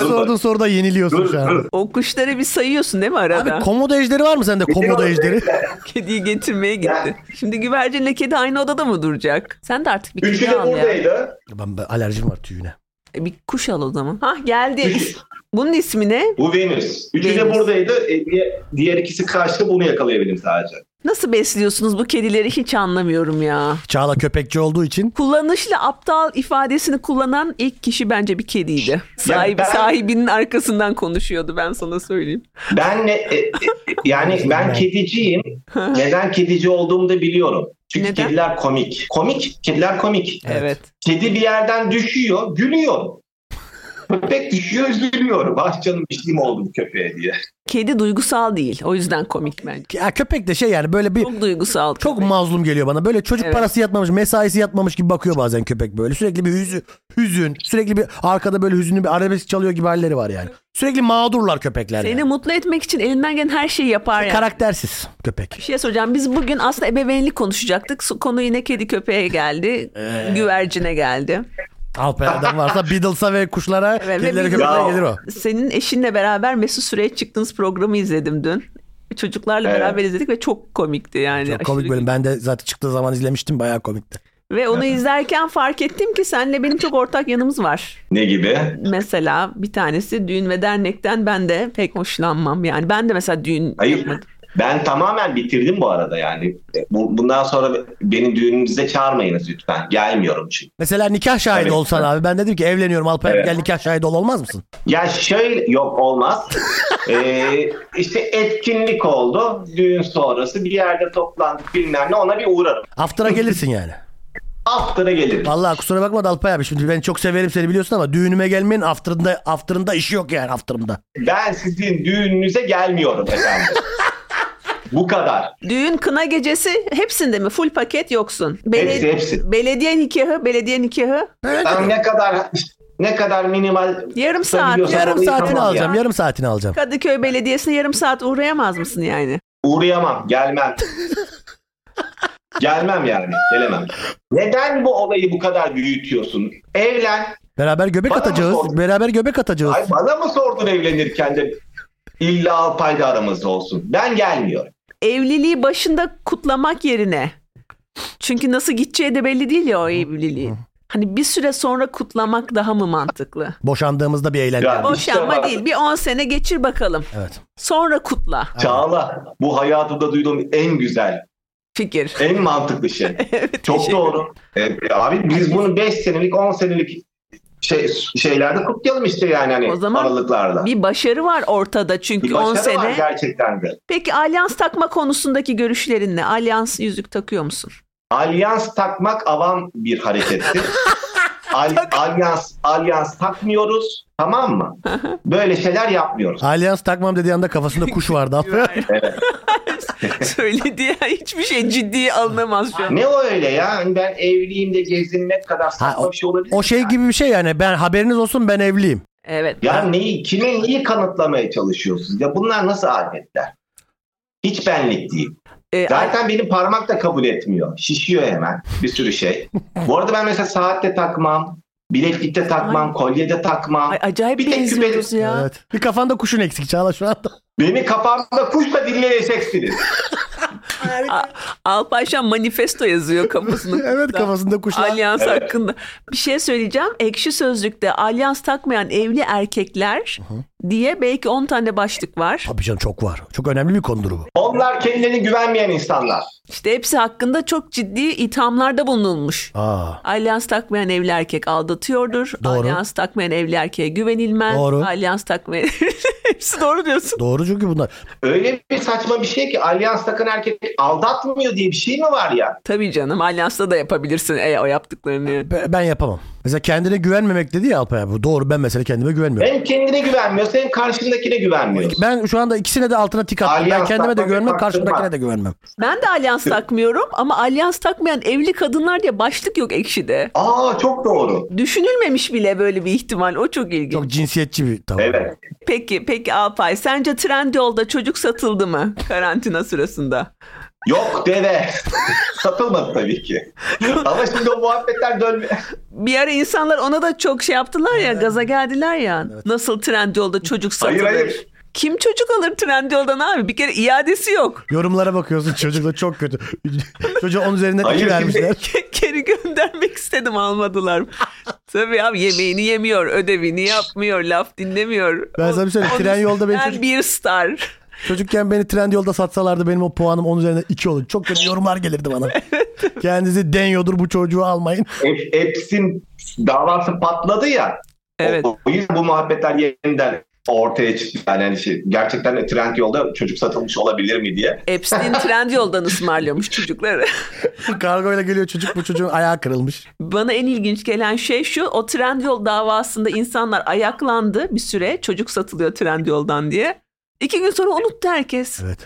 Speaker 2: Sorduğun soruda yeniliyorsun
Speaker 3: Dur,
Speaker 2: şu an.
Speaker 3: dur.
Speaker 1: O kuşları bir sayıyorsun değil mi arada?
Speaker 2: Abi komodo ejderi var mı sende? Komodo ejderi.
Speaker 1: Kediyi getirmeye gitti. Şimdi güvercinle kedi aynı odada mı duracak? Sen de artık bir
Speaker 3: Üçü
Speaker 1: kedi
Speaker 3: de
Speaker 1: al ya.
Speaker 3: buradaydı.
Speaker 2: ben, ben alerjim var tüyüne.
Speaker 1: E, Bir kuş al o zaman. Hah geldi.
Speaker 3: Üç-
Speaker 1: Bunun ismi ne?
Speaker 3: bu Venüs. Üçü de
Speaker 1: Venüs.
Speaker 3: buradaydı. E, di- diğer ikisi kaçtı. Bunu yakalayabildim sadece.
Speaker 1: Nasıl besliyorsunuz bu kedileri hiç anlamıyorum ya.
Speaker 2: Çağla köpekçi olduğu için
Speaker 1: Kullanışlı aptal ifadesini kullanan ilk kişi bence bir kediydi. Sahibi,
Speaker 3: ben-
Speaker 1: Sahibinin arkasından konuşuyordu ben sana söyleyeyim.
Speaker 3: Ben ne, e, e, yani ben kediciyim. Neden kedici olduğumu da biliyorum. Çünkü
Speaker 1: Neden?
Speaker 3: kediler komik. Komik. Kediler komik.
Speaker 1: Evet.
Speaker 3: Kedi bir yerden düşüyor. Gülüyorum. Köpek düşüyor üzülüyorum. Ah canım bir şey mi oldu bu köpeğe diye.
Speaker 1: Kedi duygusal değil. O yüzden komik bence.
Speaker 2: ya köpek de şey yani böyle bir
Speaker 1: Çok duygusal.
Speaker 2: çok mazlum geliyor bana. Böyle çocuk
Speaker 1: Evet.
Speaker 2: parası yatmamış, mesaisi yatmamış gibi bakıyor bazen köpek böyle. Sürekli bir hüzün, hüzün, sürekli bir arkada böyle hüzünlü bir arabesk çalıyor gibi halleri var yani. Sürekli mağdurlar köpekler.
Speaker 1: Seni
Speaker 2: yani.
Speaker 1: mutlu etmek için elinden gelen her şeyi yapar yani.
Speaker 2: Karaktersiz
Speaker 1: Bir
Speaker 2: köpek.
Speaker 1: şey soracağım. Biz bugün aslında ebeveynlik konuşacaktık. Su- Konu yine kedi köpeğe geldi.
Speaker 3: Ee.
Speaker 1: güvercine geldi.
Speaker 2: Alper'den varsa Beatles'a ve kuşlara,
Speaker 1: ve
Speaker 2: kedilere
Speaker 1: Beatles'a-
Speaker 2: köpeklere gelir o.
Speaker 1: Senin eşinle beraber Mesut Süre'ye çıktığınız programı izledim dün. Çocuklarla
Speaker 3: Evet.
Speaker 1: beraber izledik ve çok komikti yani.
Speaker 2: Çok komik
Speaker 1: Aşırı
Speaker 2: bölüm. Ben de zaten çıktığı zaman izlemiştim. Bayağı komikti.
Speaker 1: Ve onu izlerken fark ettim ki senle benim çok ortak yanımız var.
Speaker 3: Ne gibi?
Speaker 1: Mesela bir tanesi düğün ve dernekten ben de pek hoşlanmam. Yani ben de mesela düğün
Speaker 3: Hayır.
Speaker 1: yapmadım.
Speaker 3: Ben tamamen bitirdim bu arada yani. E, Bu, bundan sonra beni düğününüze çağırmayınız lütfen. Gelmiyorum çünkü.
Speaker 2: Mesela nikah şahidi
Speaker 3: Tabii.
Speaker 2: olsan abi. Ben dedim ki evleniyorum Alper
Speaker 3: Evet.
Speaker 2: gel nikah şahidi ol olmaz mısın?
Speaker 3: Ya şöyle yok olmaz. ee, işte etkinlik oldu. Düğün sonrası bir yerde toplandık bilmem ne ona bir uğrarım.
Speaker 2: After'a gelirsin yani.
Speaker 3: After'a gelirim.
Speaker 2: Vallahi kusura bakma da Alpay abi şimdi ben çok severim seni biliyorsun ama düğünüme gelmeyin after'ında after'ında işi yok yani after'ımda.
Speaker 3: Ben sizin düğününüze gelmiyorum efendim. bu kadar.
Speaker 1: Düğün, kına gecesi hepsinde mi? Full paket yoksun. Bele-
Speaker 3: Hepsi, hepsi.
Speaker 1: Belediye nikahı, belediye nikahı.
Speaker 3: Ben ne kadar ne kadar minimal
Speaker 1: Yarım saat.
Speaker 3: tutabiliyorsam
Speaker 2: Yarım
Speaker 3: onu
Speaker 2: saatini
Speaker 3: yapamam ya.
Speaker 2: alacağım yarım saatini alacağım.
Speaker 1: Kadıköy Belediyesi'ne yarım saat uğrayamaz mısın yani?
Speaker 3: Uğrayamam, gelmem. gelmem yani, gelemem. Neden bu olayı bu kadar büyütüyorsun? Evlen.
Speaker 2: Beraber göbek
Speaker 3: Bana mı
Speaker 2: atacağız.
Speaker 3: sordun?
Speaker 2: Beraber göbek atacağız.
Speaker 3: Ay bana mı sordun evlenirken de illa Alpay'da aramızda olsun? Ben gelmiyorum.
Speaker 1: Evliliği başında kutlamak yerine Çünkü nasıl gideceği de belli değil ya o evliliğin. Hani bir süre sonra kutlamak daha mı mantıklı?
Speaker 2: Boşandığımızda bir eğlence.
Speaker 3: Ya-
Speaker 2: yapmış.
Speaker 1: Boşanma
Speaker 3: bak-
Speaker 1: değil. Bir 10 sene geçir bakalım.
Speaker 2: Evet.
Speaker 1: Sonra kutla.
Speaker 3: Çağla bu hayatımda duyduğum en güzel,
Speaker 1: Fikir.
Speaker 3: en mantıklı şey.
Speaker 1: Evet,
Speaker 3: Çok
Speaker 1: teşekkür-
Speaker 3: doğru. Ee, abi biz bunu 5 senelik, 10 senelik şey, şeylerde kutlayalım işte yani hani
Speaker 1: O zaman
Speaker 3: aralıklarda.
Speaker 1: Bir başarı var ortada çünkü
Speaker 3: Bir
Speaker 1: 10
Speaker 3: başarı
Speaker 1: sene.
Speaker 3: var gerçekten de.
Speaker 1: Peki alyans takma konusundaki görüşlerin ne? Alyans yüzük takıyor musun?
Speaker 3: Alyans takmak avam bir harekettir. Al- alyans alyans takmıyoruz tamam mı? Böyle şeyler yapmıyoruz.
Speaker 2: Alyans takmam dediği anda kafasında kuş vardı.
Speaker 1: Söylediği hiçbir şey ciddiye alınamaz şu an.
Speaker 3: Ne o öyle ya? Hani ben evliyim de gezinmek kadar saçma
Speaker 2: o-
Speaker 3: bir şey olabilir.
Speaker 2: o
Speaker 3: mi
Speaker 2: şey
Speaker 3: ya?
Speaker 2: gibi bir şey yani. Ben haberiniz olsun ben evliyim.
Speaker 1: Evet.
Speaker 3: Ya neyi, kime neyi kanıtlamaya çalışıyorsunuz? Ya bunlar nasıl adetler? Hiç benlik değil.
Speaker 1: Ee,
Speaker 3: Zaten benim parmak da kabul etmiyor. Şişiyor hemen bir sürü şey. Bu arada ben mesela saatte takmam, bileklikte takmam, kolyede takmam.
Speaker 1: Ay, acayip
Speaker 3: Bir tek
Speaker 1: benziyoruz ya.
Speaker 2: Evet. Bir kafanda kuşun eksik Çağla şu anda.
Speaker 3: Beni kafamda kuşla dinleyeceksiniz.
Speaker 1: A- Alpayşan manifesto yazıyor kafasında.
Speaker 2: evet kafasında kuşlar.
Speaker 1: Alyans hakkında. Bir şey söyleyeceğim. Ekşi Sözlük'te alyans takmayan evli erkekler diye belki 10 tane başlık var.
Speaker 2: Tabii canım çok var. Çok önemli bir konudur bu.
Speaker 3: Onlar kendilerine güvenmeyen insanlar.
Speaker 1: İşte hepsi hakkında çok ciddi ithamlarda bulunulmuş.
Speaker 2: Aa.
Speaker 1: Alyans takmayan evli erkek aldatıyordur.
Speaker 2: Doğru.
Speaker 1: Alyans takmayan evli erkeğe güvenilmez.
Speaker 2: Doğru.
Speaker 1: Alyans takmayan... Hepsi doğru diyorsun.
Speaker 2: Doğru çünkü bunlar.
Speaker 3: Öyle bir saçma bir şey ki alyans takan erkek aldatmıyor diye bir şey mi var ya?
Speaker 1: Tabii canım. Alyansla da yapabilirsin e, o yaptıklarını.
Speaker 2: Be- E, Ben yapamam. Mesela kendine güvenmemek dedi ya Alpay abi. Doğru ben mesela kendime güvenmiyorum.
Speaker 3: Hem kendine güvenmiyorsun hem karşındakine güvenmiyorsun.
Speaker 2: Ben şu anda ikisine de altına tik attım. Ben
Speaker 3: Alyans
Speaker 2: kendime de
Speaker 3: takmak,
Speaker 2: güvenmem,
Speaker 3: baktırmak.
Speaker 2: karşımdakine de güvenmem.
Speaker 1: Ben de alyans takmıyorum ama alyans takmayan evli kadınlar diye başlık yok ekşide.
Speaker 3: Aa çok doğru.
Speaker 1: Düşünülmemiş bile böyle bir ihtimal. O çok ilginç.
Speaker 2: Çok cinsiyetçi bir tavır.
Speaker 3: Evet.
Speaker 1: Peki, peki Alpay. Sence Trendyol'da çocuk satıldı mı karantina sırasında?
Speaker 3: Yok deve. Satılmadı tabii ki. Ama şimdi o muhabbetler dönme.
Speaker 1: Bir ara insanlar ona da çok şey yaptılar ya, gaza geldiler ya. Nasıl Trendyol'da çocuk satılır?
Speaker 3: Hayır, hayır.
Speaker 1: Kim çocuk alır Trendyol'dan abi? Bir kere iadesi yok.
Speaker 2: Yorumlara bakıyorsun çocukla çok kötü. Çocuğa onun üzerinden
Speaker 3: Hayır,
Speaker 2: iki
Speaker 3: şimdi-
Speaker 2: vermişler.
Speaker 1: Geri göndermek istedim almadılar. Tabii abi yemeğini yemiyor, ödevini yapmıyor, laf dinlemiyor.
Speaker 2: Ben sana bir şey söyleyeyim, tren yolda benim
Speaker 1: Ben
Speaker 2: çocuk-
Speaker 1: bir star.
Speaker 2: Çocukken beni trend yolda satsalardı benim o puanım onun üzerinden iki olur. Çok kötü yorumlar gelirdi bana. Kendinizi deniyordur bu çocuğu almayın.
Speaker 3: Ep- Eps'in davası patladı ya.
Speaker 1: Evet.
Speaker 3: O, o yüzden bu muhabbetler yeniden ortaya çıktı. Yani hani şey, gerçekten trend yolda çocuk satılmış olabilir mi diye.
Speaker 1: Epstein Trendyol'dan ısmarlıyormuş çocukları.
Speaker 2: Kargoyla geliyor çocuk bu çocuğun ayağı kırılmış.
Speaker 1: Bana en ilginç gelen şey şu. O Trendyol davasında insanlar ayaklandı bir süre. Çocuk satılıyor Trendyol'dan diye. İki gün sonra unuttu herkes.
Speaker 2: Evet.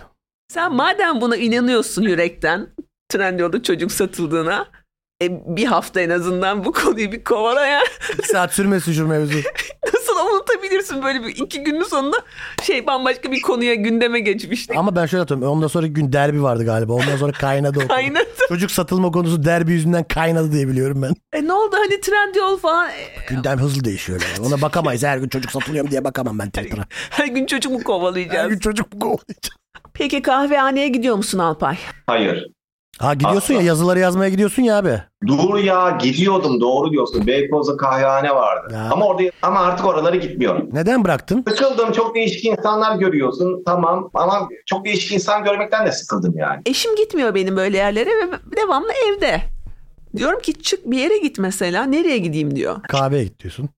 Speaker 1: Sen madem buna inanıyorsun yürekten Trendyol'da çocuk satıldığına e, bir hafta en azından bu konuyu bir kovala ya.
Speaker 2: İki saat sürmesin şu mevzu.
Speaker 1: Nasıl unutabilirsin böyle bir iki günün sonunda şey bambaşka bir konuya gündeme geçmişti.
Speaker 2: Ama ben şöyle hatırlıyorum. Ondan sonra gün derbi vardı galiba. Ondan sonra kaynadı o. konu.
Speaker 1: Kaynadı.
Speaker 2: Çocuk satılma konusu derbi yüzünden kaynadı diye biliyorum ben.
Speaker 1: E ne oldu hani Trendyol falan e,
Speaker 2: Gündem hızlı değişiyor. Yani. Ona bakamayız. Her gün çocuk satılıyor mu diye bakamam ben Twitter'a.
Speaker 1: her gün çocuk mu
Speaker 2: Her
Speaker 1: kovalayacağız?
Speaker 2: gün çocuk gol atacak.
Speaker 1: Peki kahvehaneye gidiyor musun Alpay?
Speaker 3: Hayır.
Speaker 2: Ha gidiyorsun ya yazıları yazmaya gidiyorsun ya abi.
Speaker 3: Dur ya gidiyordum doğru diyorsun. Beykoz'da kahvehane vardı.
Speaker 2: Ya.
Speaker 3: Ama orada ama artık oralara gitmiyorum.
Speaker 2: Neden bıraktın?
Speaker 3: Sıkıldım çok değişik insanlar görüyorsun tamam ama çok değişik insan görmekten de sıkıldım yani.
Speaker 1: Eşim gitmiyor benim böyle yerlere ve devamlı evde. Diyorum ki çık bir yere git mesela. Nereye gideyim diyor.
Speaker 2: Kahveye git diyorsun.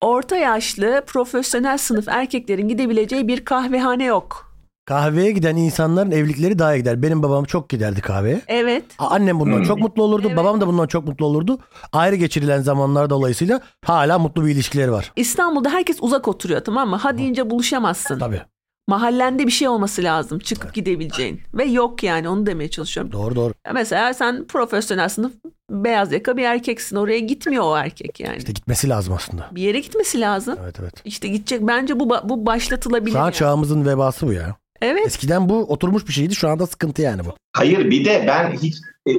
Speaker 1: Orta yaşlı profesyonel sınıf erkeklerin gidebileceği bir kahvehane yok.
Speaker 2: Kahveye giden insanların evlilikleri daha iyi gider. Benim babam çok giderdi kahveye.
Speaker 1: Evet.
Speaker 2: Ha, Annem bundan çok mutlu olurdu.
Speaker 1: Evet.
Speaker 2: Babam da bundan çok mutlu olurdu. Ayrı geçirilen zamanlar dolayısıyla hala mutlu bir ilişkileri var.
Speaker 1: İstanbul'da herkes uzak oturuyor tamam mı? Ha deyince buluşamazsın.
Speaker 2: Tabii.
Speaker 1: Mahallende bir şey olması lazım çıkıp gidebileceğin. Ve yok yani onu demeye çalışıyorum.
Speaker 2: Doğru doğru.
Speaker 1: Ya Mesela sen profesyonel sınıf beyaz yaka bir erkeksin. Oraya gitmiyor o erkek yani.
Speaker 2: İşte gitmesi lazım aslında.
Speaker 1: Bir yere gitmesi lazım.
Speaker 2: Evet evet.
Speaker 1: İşte gidecek. Bence bu ba- bu başlatılabilir.
Speaker 2: Şu an
Speaker 1: yani.
Speaker 2: çağımızın vebası bu ya.
Speaker 1: Evet.
Speaker 2: Eskiden bu oturmuş bir şeydi. Şu anda sıkıntı yani bu.
Speaker 3: Hayır bir de ben hiç e,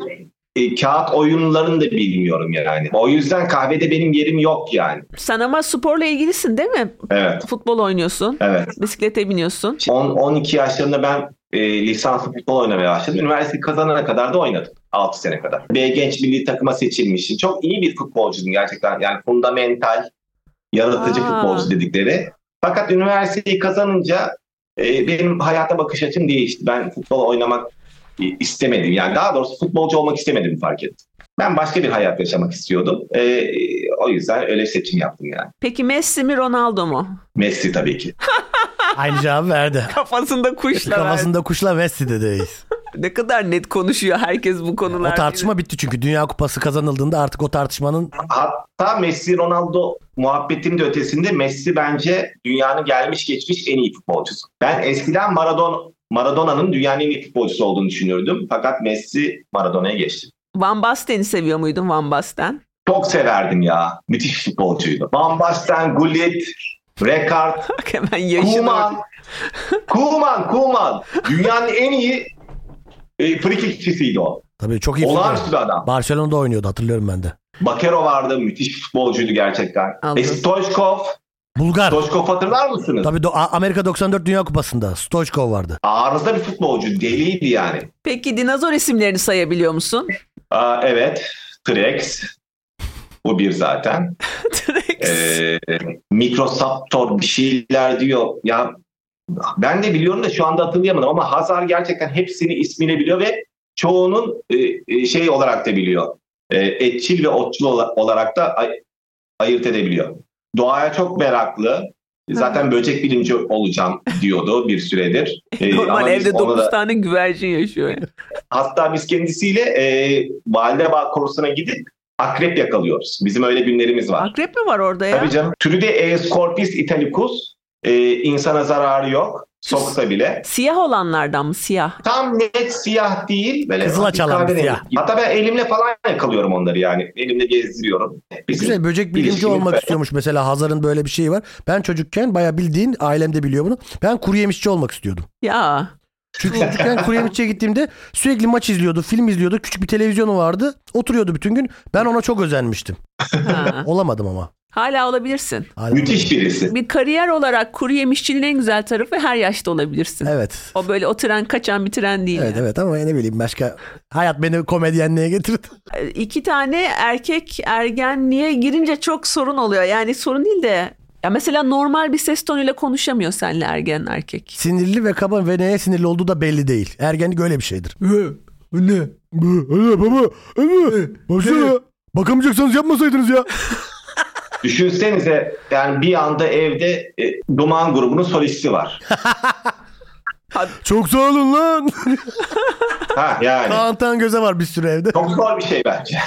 Speaker 3: e, kağıt oyunlarını da bilmiyorum yani. O yüzden kahvede benim yerim yok yani.
Speaker 1: Sen ama sporla ilgilisin değil mi?
Speaker 3: Evet.
Speaker 1: Futbol oynuyorsun,
Speaker 3: Evet.
Speaker 1: bisiklete biniyorsun.
Speaker 3: 10-12 yaşlarında ben e, lisanslı futbol oynamaya başladım. Üniversite kazanana kadar da oynadım. 6 sene kadar. B genç milli takıma seçilmişim. Çok iyi bir futbolcuydum gerçekten. Yani fundamental, yaratıcı
Speaker 1: Aa.
Speaker 3: futbolcu dedikleri. Fakat üniversiteyi kazanınca e, benim hayata bakış açım değişti. Ben futbol oynamak e, istemedim. Yani daha doğrusu futbolcu olmak istemedim fark ettim. Ben başka bir hayat yaşamak istiyordum. E, o yüzden öyle seçim yaptım yani.
Speaker 1: Peki Messi mi Ronaldo mu?
Speaker 3: Messi tabii ki.
Speaker 2: Aynı cevabı verdi.
Speaker 1: Kafasında kuşla
Speaker 2: Kafasında kuşla Messi dedeyiz.
Speaker 1: verdi. Ne kadar net konuşuyor herkes bu konularda.
Speaker 2: O tartışma bitti çünkü Dünya Kupası kazanıldığında artık o tartışmanın
Speaker 3: Hatta Messi Ronaldo muhabbetin de ötesinde Messi bence dünyanın gelmiş geçmiş en iyi futbolcusu. Ben eskiden Maradona Maradona'nın dünyanın en iyi futbolcusu olduğunu düşünürdüm. Fakat Messi Maradona'ya geçti.
Speaker 1: Van Basten'i seviyor muydun Van Basten?
Speaker 3: Çok severdim ya. Müthiş futbolcuydu. Van Basten, Gullit, Rekard,
Speaker 1: Bak hemen yaşını...
Speaker 3: Kuman. Kuman, Kuman. Dünyanın en iyi e, free kickçisiydi o.
Speaker 2: tabii çok iyi
Speaker 3: Olağanüstü
Speaker 2: futbol.
Speaker 3: bir adam.
Speaker 2: Barcelona'da oynuyordu hatırlıyorum ben de.
Speaker 3: Bakero vardı. Müthiş futbolcuydu gerçekten.
Speaker 1: Anladım.
Speaker 3: E, Stoichkov.
Speaker 2: Bulgar.
Speaker 3: Stoichkov hatırlar mısınız?
Speaker 2: Tabii do- A- Amerika 94 Dünya Kupası'nda Stoichkov vardı.
Speaker 3: Arıza bir futbolcu. Deliydi yani.
Speaker 1: Peki dinozor isimlerini sayabiliyor musun?
Speaker 3: Aa, evet. Trex. Bu bir zaten.
Speaker 1: T-Rex.
Speaker 3: Ee, Mikrosaptor bir şeyler diyor. Ya ben de biliyorum da şu anda hatırlayamadım ama Hazar gerçekten hepsini ismini biliyor ve çoğunun e, e, şey olarak da biliyor. E, etçil ve otçul ola- olarak da ay- ayırt edebiliyor. Doğaya çok meraklı. Zaten böcek bilimci olacağım diyordu bir süredir. Ee, ama
Speaker 1: Normal
Speaker 3: biz
Speaker 1: evde
Speaker 3: ona da-
Speaker 1: 9 tane güvercin yaşıyor. yani.
Speaker 3: Hatta biz kendisiyle e, Validebağ Korusu'na gidip akrep yakalıyoruz. Bizim öyle günlerimiz var.
Speaker 1: Akrep mi var orada ya?
Speaker 3: Tabii canım. Türü de E. Scorpis italicus. E, insana zararı yok. Soksa bile.
Speaker 1: Siyah olanlardan mı siyah?
Speaker 3: Tam net siyah değil. Böyle
Speaker 2: Kızıla
Speaker 3: hafif
Speaker 2: çalan
Speaker 3: kahverengi.
Speaker 2: siyah.
Speaker 3: Hatta ben elimle falan yakalıyorum onları yani. Elimle gezdiriyorum. Bizim
Speaker 2: Güzel böcek bilimci
Speaker 3: ilişkimiz
Speaker 2: olmak
Speaker 3: böyle.
Speaker 2: istiyormuş mesela Hazar'ın böyle bir şeyi var. Ben çocukken baya bildiğin ailemde biliyor bunu. Ben kuru yemişçi olmak istiyordum.
Speaker 1: Ya.
Speaker 2: Çünkü çocukken kuru yemişçiye gittiğimde sürekli maç izliyordu, film izliyordu. Küçük bir televizyonu vardı. Oturuyordu bütün gün. Ben ona çok özenmiştim.
Speaker 1: Ha.
Speaker 2: Olamadım ama.
Speaker 1: Hala olabilirsin.
Speaker 2: Hala-
Speaker 3: Müthiş birisi.
Speaker 1: Bir kariyer olarak kuru yemişçinin en güzel tarafı her yaşta olabilirsin.
Speaker 2: Evet.
Speaker 1: O böyle o tren kaçan bir tren değil.
Speaker 2: Evet
Speaker 1: yani.
Speaker 2: evet ama ne bileyim başka hayat beni komedyenliğe getirdi.
Speaker 1: E, İki tane erkek ergenliğe girince çok sorun oluyor. Yani sorun değil de ya mesela normal bir ses tonuyla konuşamıyor seninle ergen erkek.
Speaker 2: Sinirli ve kaba ve neye sinirli olduğu da belli değil. Ergenlik öyle bir şeydir. Ee, Ne? Ne baba? Ne? Baksana. Bakamayacaksanız yapmasaydınız ya.
Speaker 3: Düşünsenize yani bir anda evde e, Duman grubunun solisti var.
Speaker 2: Çok sağ olun lan.
Speaker 3: ha yani.
Speaker 2: Kaan göze var bir sürü evde.
Speaker 3: Çok zor bir şey bence.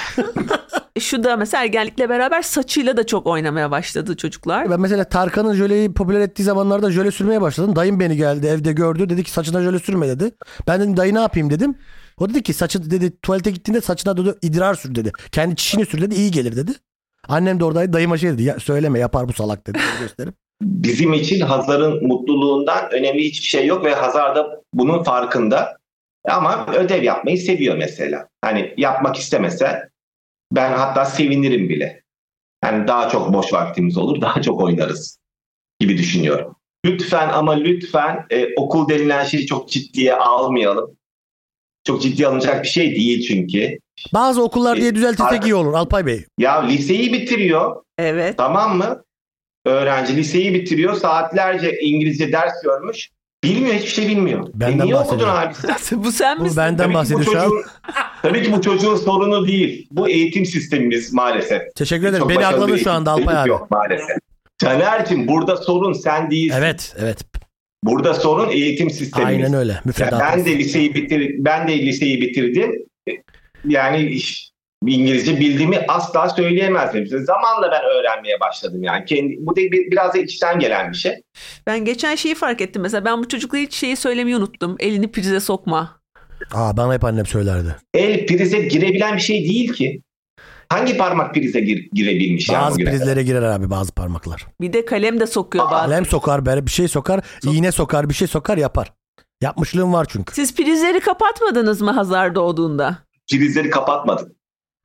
Speaker 1: E, Şu da mesela ergenlikle beraber saçıyla da çok oynamaya başladı çocuklar.
Speaker 2: Ben mesela Tarkan'ın jöleyi popüler ettiği zamanlarda jöle sürmeye başladım. Dayım beni geldi evde gördü. Dedi ki saçına jöle sürme dedi. Ben dedim dayı ne yapayım dedim. O dedi ki saçı dedi tuvalete gittiğinde saçına dedi idrar sür dedi. Kendi çişini sür dedi iyi gelir dedi. Annem de oradaydı dayıma şey dedi ya söyleme yapar bu salak dedi Onu gösterip.
Speaker 3: bizim için Hazar'ın mutluluğundan önemli hiçbir şey yok ve Hazar da bunun farkında. Ama ödev yapmayı seviyor mesela. Hani yapmak istemese ben hatta sevinirim bile. Yani daha çok boş vaktimiz olur, daha çok oynarız gibi düşünüyorum. Lütfen ama lütfen e, okul denilen şeyi çok ciddiye almayalım. Çok ciddiye alınacak bir şey değil çünkü.
Speaker 2: Bazı okullar
Speaker 3: Ee,
Speaker 2: diye düzeltirsek iyi olur Alpay Bey.
Speaker 3: Ya liseyi bitiriyor,
Speaker 1: Evet.
Speaker 3: Tamam mı? Öğrenci liseyi bitiriyor. Saatlerce İngilizce ders görmüş. Bilmiyor. Hiçbir şey bilmiyor.
Speaker 2: Benden
Speaker 3: e niye okudun
Speaker 2: bahsediyor.
Speaker 3: abi?
Speaker 1: Bu sen
Speaker 2: Bu
Speaker 1: misin?
Speaker 2: benden
Speaker 3: Tabii ki bu
Speaker 2: bahsediyor şu an.
Speaker 3: çocuğun- Tabii ki bu çocuğun sorunu değil. Bu eğitim sistemimiz maalesef.
Speaker 2: Teşekkür ederim.
Speaker 3: Çok
Speaker 2: Beni
Speaker 3: başarılı
Speaker 2: akladın
Speaker 3: bir
Speaker 2: şu anda
Speaker 3: eğitim
Speaker 2: Alpay abi.
Speaker 3: Yok maalesef. Caner'cim burada sorun sen değilsin.
Speaker 2: Evet evet.
Speaker 3: Burada sorun eğitim sistemimiz.
Speaker 2: Aynen öyle.
Speaker 3: Ya
Speaker 2: Müfredat.
Speaker 3: ben de liseyi bitir ben de liseyi bitirdim. E, Yani iş- İngilizce bildiğimi asla söyleyemezdim. Zamanla ben öğrenmeye başladım yani. Kendi, bu da bir- biraz da içten gelen bir şey.
Speaker 1: Ben geçen şeyi fark ettim. Mesela ben bu çocuklara hiç şeyi söylemeyi unuttum. Elini prize sokma.
Speaker 2: Aa, bana hep annem söylerdi.
Speaker 3: El prize girebilen bir şey değil ki. Hangi parmak prize gir- girebilmiş yani
Speaker 2: Bazı
Speaker 3: bugüne kadar?
Speaker 2: prizlere girer abi bazı parmaklar.
Speaker 1: Bir de kalem de sokuyor bazen.
Speaker 2: Kalem sokar, bere- bir şey sokar, iğne sokar, bir şey sokar yapar. Yapmışlığım var çünkü.
Speaker 1: Siz prizleri kapatmadınız mı Hazar doğduğunda?
Speaker 3: Prizleri kapatmadık.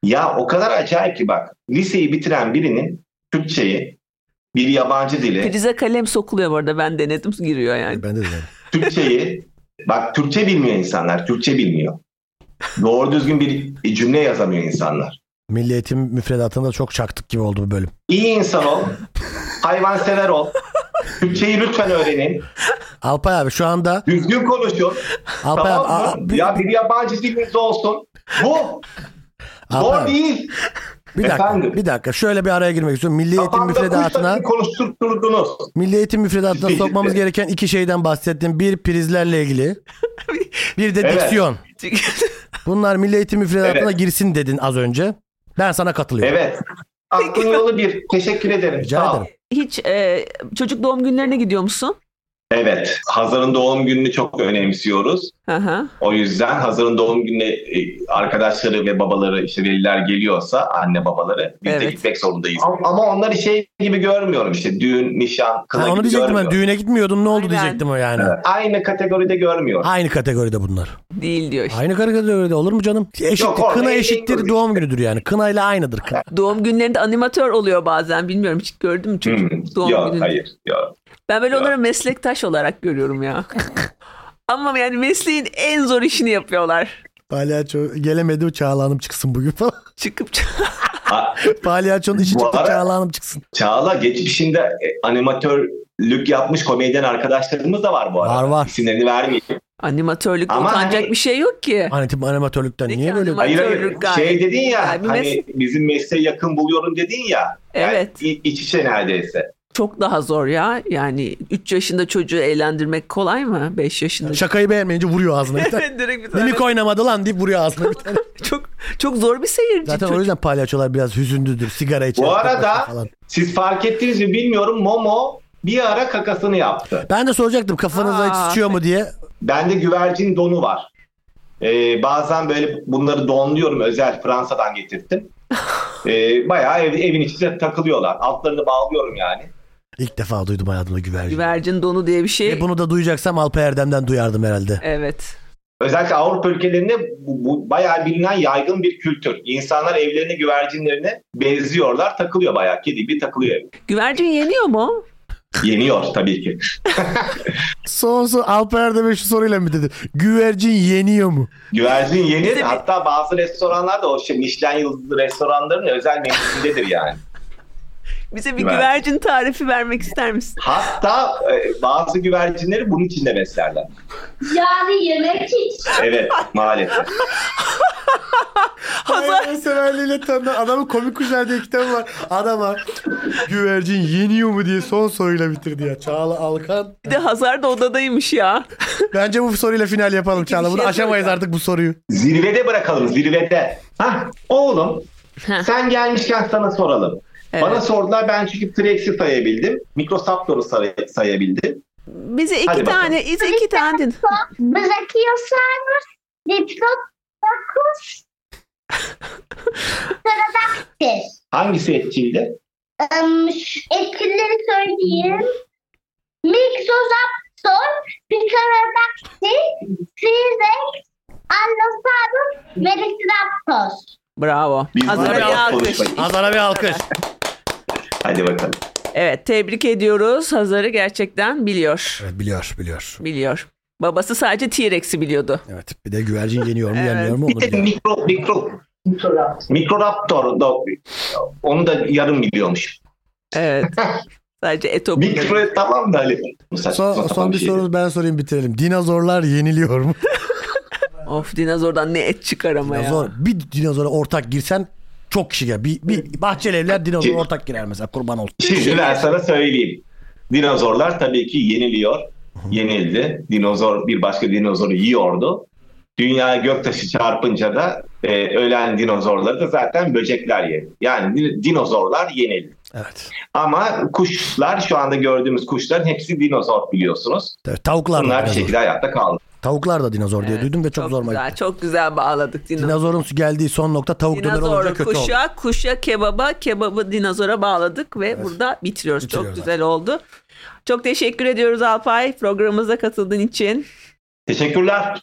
Speaker 3: Ya o kadar acayip ki bak. Liseyi bitiren birinin Türkçeyi, bir yabancı dili,
Speaker 1: Prize kalem sokuluyor bu arada ben denedim giriyor yani.
Speaker 2: Ben de dedim.
Speaker 3: Türkçeyi Bak Türkçe bilmiyor insanlar. Türkçe bilmiyor. Doğru düzgün bir cümle yazamıyor insanlar.
Speaker 2: Milliyetin müfredatında çok çaktık gibi oldu bu bölüm.
Speaker 3: İyi insan ol. Hayvansever ol. Türkçeyi lütfen öğrenin.
Speaker 2: Alpay abi şu anda
Speaker 3: Düzgün konuşun.
Speaker 2: Alpay
Speaker 3: tamam
Speaker 2: abi,
Speaker 3: mı?
Speaker 2: a- a- bir,
Speaker 3: ya bir yabancı diliniz olsun. Bu.
Speaker 2: Alpay
Speaker 3: Zor
Speaker 2: abi,
Speaker 3: değil.
Speaker 2: bir dakika
Speaker 3: Efendim?
Speaker 2: bir dakika şöyle bir araya girmek istiyorum. Milliyetin
Speaker 3: Kafamda
Speaker 2: müfredatına
Speaker 3: kuşla konuşturdunuz.
Speaker 2: Milli Eğitim müfredatına
Speaker 3: Ciddi,
Speaker 2: sokmamız
Speaker 3: ciddi.
Speaker 2: gereken iki şeyden bahsettim. Bir prizlerle ilgili. Bir de
Speaker 3: Evet.
Speaker 2: diksiyon. Bunlar Milli Eğitim müfredatına girsin dedin az önce. Ben sana katılıyorum.
Speaker 3: Evet. Aklın yolu bir. Teşekkür ederim.
Speaker 2: Rica
Speaker 3: Sağ ol.
Speaker 2: ederim.
Speaker 1: Hiç e, çocuk doğum günlerine gidiyor musun?
Speaker 3: Evet. Hazar'ın doğum gününü çok önemsiyoruz.
Speaker 1: Hı hı.
Speaker 3: O yüzden Hazar'ın doğum gününe e, arkadaşları ve babaları, işte veliler geliyorsa anne babaları biz de
Speaker 1: Evet.
Speaker 3: gitmek zorundayız. Ama, ama onları şey gibi görmüyorum işte düğün, nişan,
Speaker 2: Ha,
Speaker 3: kına
Speaker 2: onu
Speaker 3: gibi
Speaker 2: diyecektim ben.
Speaker 3: görmüyorum.
Speaker 2: Düğüne gitmiyordun ne oldu
Speaker 1: Aynen.
Speaker 2: diyecektim o yani.
Speaker 3: Evet. Aynı kategoride görmüyorum.
Speaker 2: Aynı kategoride bunlar.
Speaker 1: Değil diyor işte.
Speaker 2: Aynı kategoride olur mu canım? Eşittir.
Speaker 3: Yok, orada
Speaker 2: Kına
Speaker 3: en- en
Speaker 2: eşittir
Speaker 3: doğru
Speaker 2: doğum günüdür yani. Kına ile aynıdır. Kına.
Speaker 1: Doğum günlerinde animatör oluyor bazen. Bilmiyorum hiç gördün mü çocuk
Speaker 3: Hmm,
Speaker 1: doğum
Speaker 3: yok
Speaker 1: gününde?
Speaker 3: hayır yok.
Speaker 1: Ben böyle
Speaker 3: Yok.
Speaker 1: onları meslektaş olarak görüyorum ya. Ama yani mesleğin en zor işini yapıyorlar.
Speaker 2: Palyaço gelemedi Çağla Hanım çıksın bugün falan.
Speaker 1: Çıkıp
Speaker 3: Ha,
Speaker 2: Palyaçonun işi
Speaker 3: Bu
Speaker 2: çıktı
Speaker 3: ara-
Speaker 2: Çağla Hanım çıksın.
Speaker 3: Çağla geçmişinde e, animatörlük yapmış komedyen arkadaşlarımız da var bu arada.
Speaker 2: Var, var.
Speaker 3: İsimlerini vermeyeyim.
Speaker 1: animatörlükte
Speaker 3: Ama
Speaker 1: utanacak
Speaker 3: hani-
Speaker 1: bir şey yok ki.
Speaker 2: Anlatayım animatörlükten
Speaker 1: Peki,
Speaker 2: niye böyle?
Speaker 1: animatör-
Speaker 3: Hayır hayır
Speaker 1: Animatörlük gayet-
Speaker 3: şey dedin ya
Speaker 1: gayet bir
Speaker 3: hani
Speaker 1: meslek.
Speaker 3: bizim mesleğe yakın buluyorum dedin ya. Yani
Speaker 1: Evet.
Speaker 3: i- iç içe neredeyse.
Speaker 1: Çok daha zor ya. Yani 3 yaşında çocuğu eğlendirmek kolay mı? 5 yaşında.
Speaker 2: Şakayı beğenmeyince vuruyor ağzına. bir tane.
Speaker 1: Evet, direkt bir tane-
Speaker 2: Mimik oynamadı lan deyip vuruyor ağzına. bir tane.
Speaker 1: Çok çok zor bir seyirci.
Speaker 2: Zaten
Speaker 1: Çok-
Speaker 2: o yüzden palyaçolar biraz hüzünlüdür. Sigara içer.
Speaker 3: Bu
Speaker 2: takılır
Speaker 3: arada
Speaker 2: falan.
Speaker 3: siz fark ettiniz mi bilmiyorum Momo bir ara kakasını yaptı.
Speaker 2: Ben de soracaktım kafanıza hiç
Speaker 1: Aa.
Speaker 2: sıçıyor mu diye.
Speaker 3: Bende güvercin donu var. Ee, bazen böyle bunları donluyorum özel Fransa'dan getirttim. Ee, bayağı ev- evin içinde takılıyorlar. Altlarını bağlıyorum yani.
Speaker 2: İlk defa duydum hayatımda güvercin.
Speaker 1: Güvercin donu diye bir şey.
Speaker 2: E bunu da duyacaksam Alpay Erdem'den duyardım herhalde.
Speaker 1: Evet.
Speaker 3: Özellikle Avrupa ülkelerinde bu, bu bayağı bilinen yaygın bir kültür. İnsanlar evlerini güvercinlerine benziyorlar, takılıyor bayağı. Kedi gibi takılıyor. ev.
Speaker 1: Güvercin yeniyor mu?
Speaker 3: Yeniyor tabii ki.
Speaker 2: Son son Alpay Erdem'e şu soruyla mı dedi? Güvercin yeniyor mu?
Speaker 3: Güvercin yenir.
Speaker 1: Bizim-
Speaker 3: Hatta bazı restoranlar da o şey Michelin yıldızlı restoranların özel menüsündedir yani.
Speaker 1: Bize bir
Speaker 3: Güvercin.
Speaker 1: güvercin tarifi vermek ister misin?
Speaker 3: Hatta e, bazı güvercinleri bunun için de beslerler.
Speaker 4: Yani yemek hiç.
Speaker 3: Evet maalesef.
Speaker 1: Hazar
Speaker 2: severliğiyle tanınan adamın komik kuşlar diye kitabı var. Adama güvercin yeniyor mu diye son soruyla bitirdi ya. Çağla Alkan.
Speaker 1: bir de Hazar da odadaymış ya.
Speaker 2: Bence bu soruyla final yapalım
Speaker 1: Çağla.
Speaker 2: Çağla.
Speaker 1: Bunu
Speaker 2: Bunu
Speaker 1: yapıyoruz aşamayız
Speaker 2: aşamayız
Speaker 1: ya.
Speaker 2: artık bu soruyu.
Speaker 3: Zirvede bırakalım zirvede. Hah oğlum sen gelmişken sana soralım.
Speaker 1: Evet.
Speaker 3: Bana sordular ben çünkü Trex'i sayabildim. Mikrosaptor'u say- sayabildim.
Speaker 1: Bize iki
Speaker 3: Hadi bakalım.
Speaker 1: tane, bize iki tane. din-
Speaker 4: Bırakıyorsanız diplot dokuz. Sıradaktir.
Speaker 3: Hangisi etkiydi?
Speaker 4: Um, etkileri söyleyeyim. Mixozaptor, Picarodactyl, T-Rex, Allosaurus, Velociraptor.
Speaker 1: Bravo.
Speaker 3: Biz
Speaker 1: Hazar'a
Speaker 3: buna
Speaker 1: bir
Speaker 3: bir
Speaker 1: alkış.
Speaker 3: alkış.
Speaker 2: Hazara bir alkış.
Speaker 3: Hadi bakalım.
Speaker 1: Evet, tebrik ediyoruz. Hazar'ı gerçekten biliyor.
Speaker 2: Evet biliyor biliyor.
Speaker 1: Biliyor. Babası sadece T-Rex'i biliyordu.
Speaker 2: Evet. Bir de güvercin yeniyor mu
Speaker 1: Evet.
Speaker 2: yenmiyor mu onu
Speaker 3: Bir de
Speaker 2: biliyor.
Speaker 3: mikro, mikro, mikroraptor. da- Onu da yarım biliyormuş.
Speaker 1: Evet. sadece Eto biliyordu.
Speaker 3: Mikro tamam da hani.
Speaker 2: Son, son bir
Speaker 3: şey
Speaker 2: soru ben sorayım bitirelim. Dinozorlar yeniliyor mu?
Speaker 1: Of dinozordan ne et çıkar ama
Speaker 2: Dinozor,
Speaker 1: ya.
Speaker 2: bir dinozora ortak girsen çok kişi girer. Bir, bir bahçeli evler dinozora ortak girer mesela kurban olsun.
Speaker 3: Şimdi ben sana söyleyeyim. Dinozorlar tabii ki yeniliyor. Yenildi. Dinozor bir başka dinozoru yiyordu. Dünya göktaşı çarpınca da e, ölen dinozorları da zaten böcekler yedi. Yani din- dinozorlar yenildi.
Speaker 2: Evet.
Speaker 3: Ama kuşlar şu anda gördüğümüz kuşların hepsi dinozor biliyorsunuz.
Speaker 2: Evet, Tavuklar da
Speaker 3: Bunlar bir
Speaker 2: dinozor.
Speaker 3: şekilde hayatta kaldı.
Speaker 2: Tavuklar da dinozor diye
Speaker 1: Evet,
Speaker 2: duydum ve çok, zoruma
Speaker 1: güzel,
Speaker 2: gitti.
Speaker 1: Çok güzel bağladık dinozor.
Speaker 2: Dinozorun geldiği son nokta tavuk döneri olunca
Speaker 1: Dinozor
Speaker 2: kötü oldu.
Speaker 1: kuşa, kuşa kebaba, kebabı dinozora bağladık ve burada bitiriyoruz.
Speaker 2: Bitiriyoruz
Speaker 1: Çok güzel oldu. Çok teşekkür ediyoruz Alpay programımıza katıldığın için.
Speaker 3: Teşekkürler.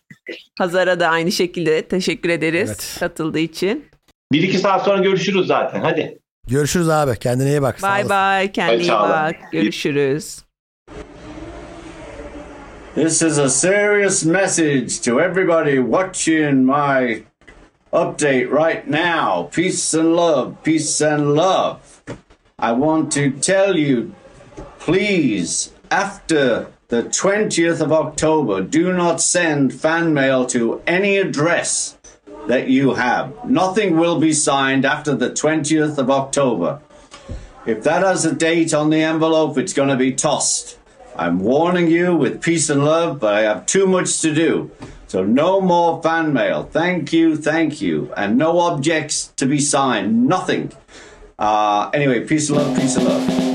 Speaker 1: Hazar'a da aynı şekilde teşekkür ederiz
Speaker 2: Evet.
Speaker 1: katıldığı için.
Speaker 3: Bir iki saat sonra görüşürüz zaten. Hadi.
Speaker 2: Görüşürüz abi. Kendine iyi bak. Sağ
Speaker 1: Bay
Speaker 2: olasın.
Speaker 1: bay. Kendine iyi
Speaker 3: Çağla.
Speaker 1: bak. Görüşürüz.
Speaker 5: This is a serious message to everybody watching my update right now. Peace and love, peace and love. I want to tell you, please, after the 20th of October, do not send fan mail to any address that you have. Nothing will be signed after the 20th of October. If that has a date on the envelope, it's going to be tossed. I'm warning you with peace and love, but I have too much to do. So no more fan mail. Thank you, thank you. And no objects to be signed. Nothing. Uh, anyway, peace and love, peace and love.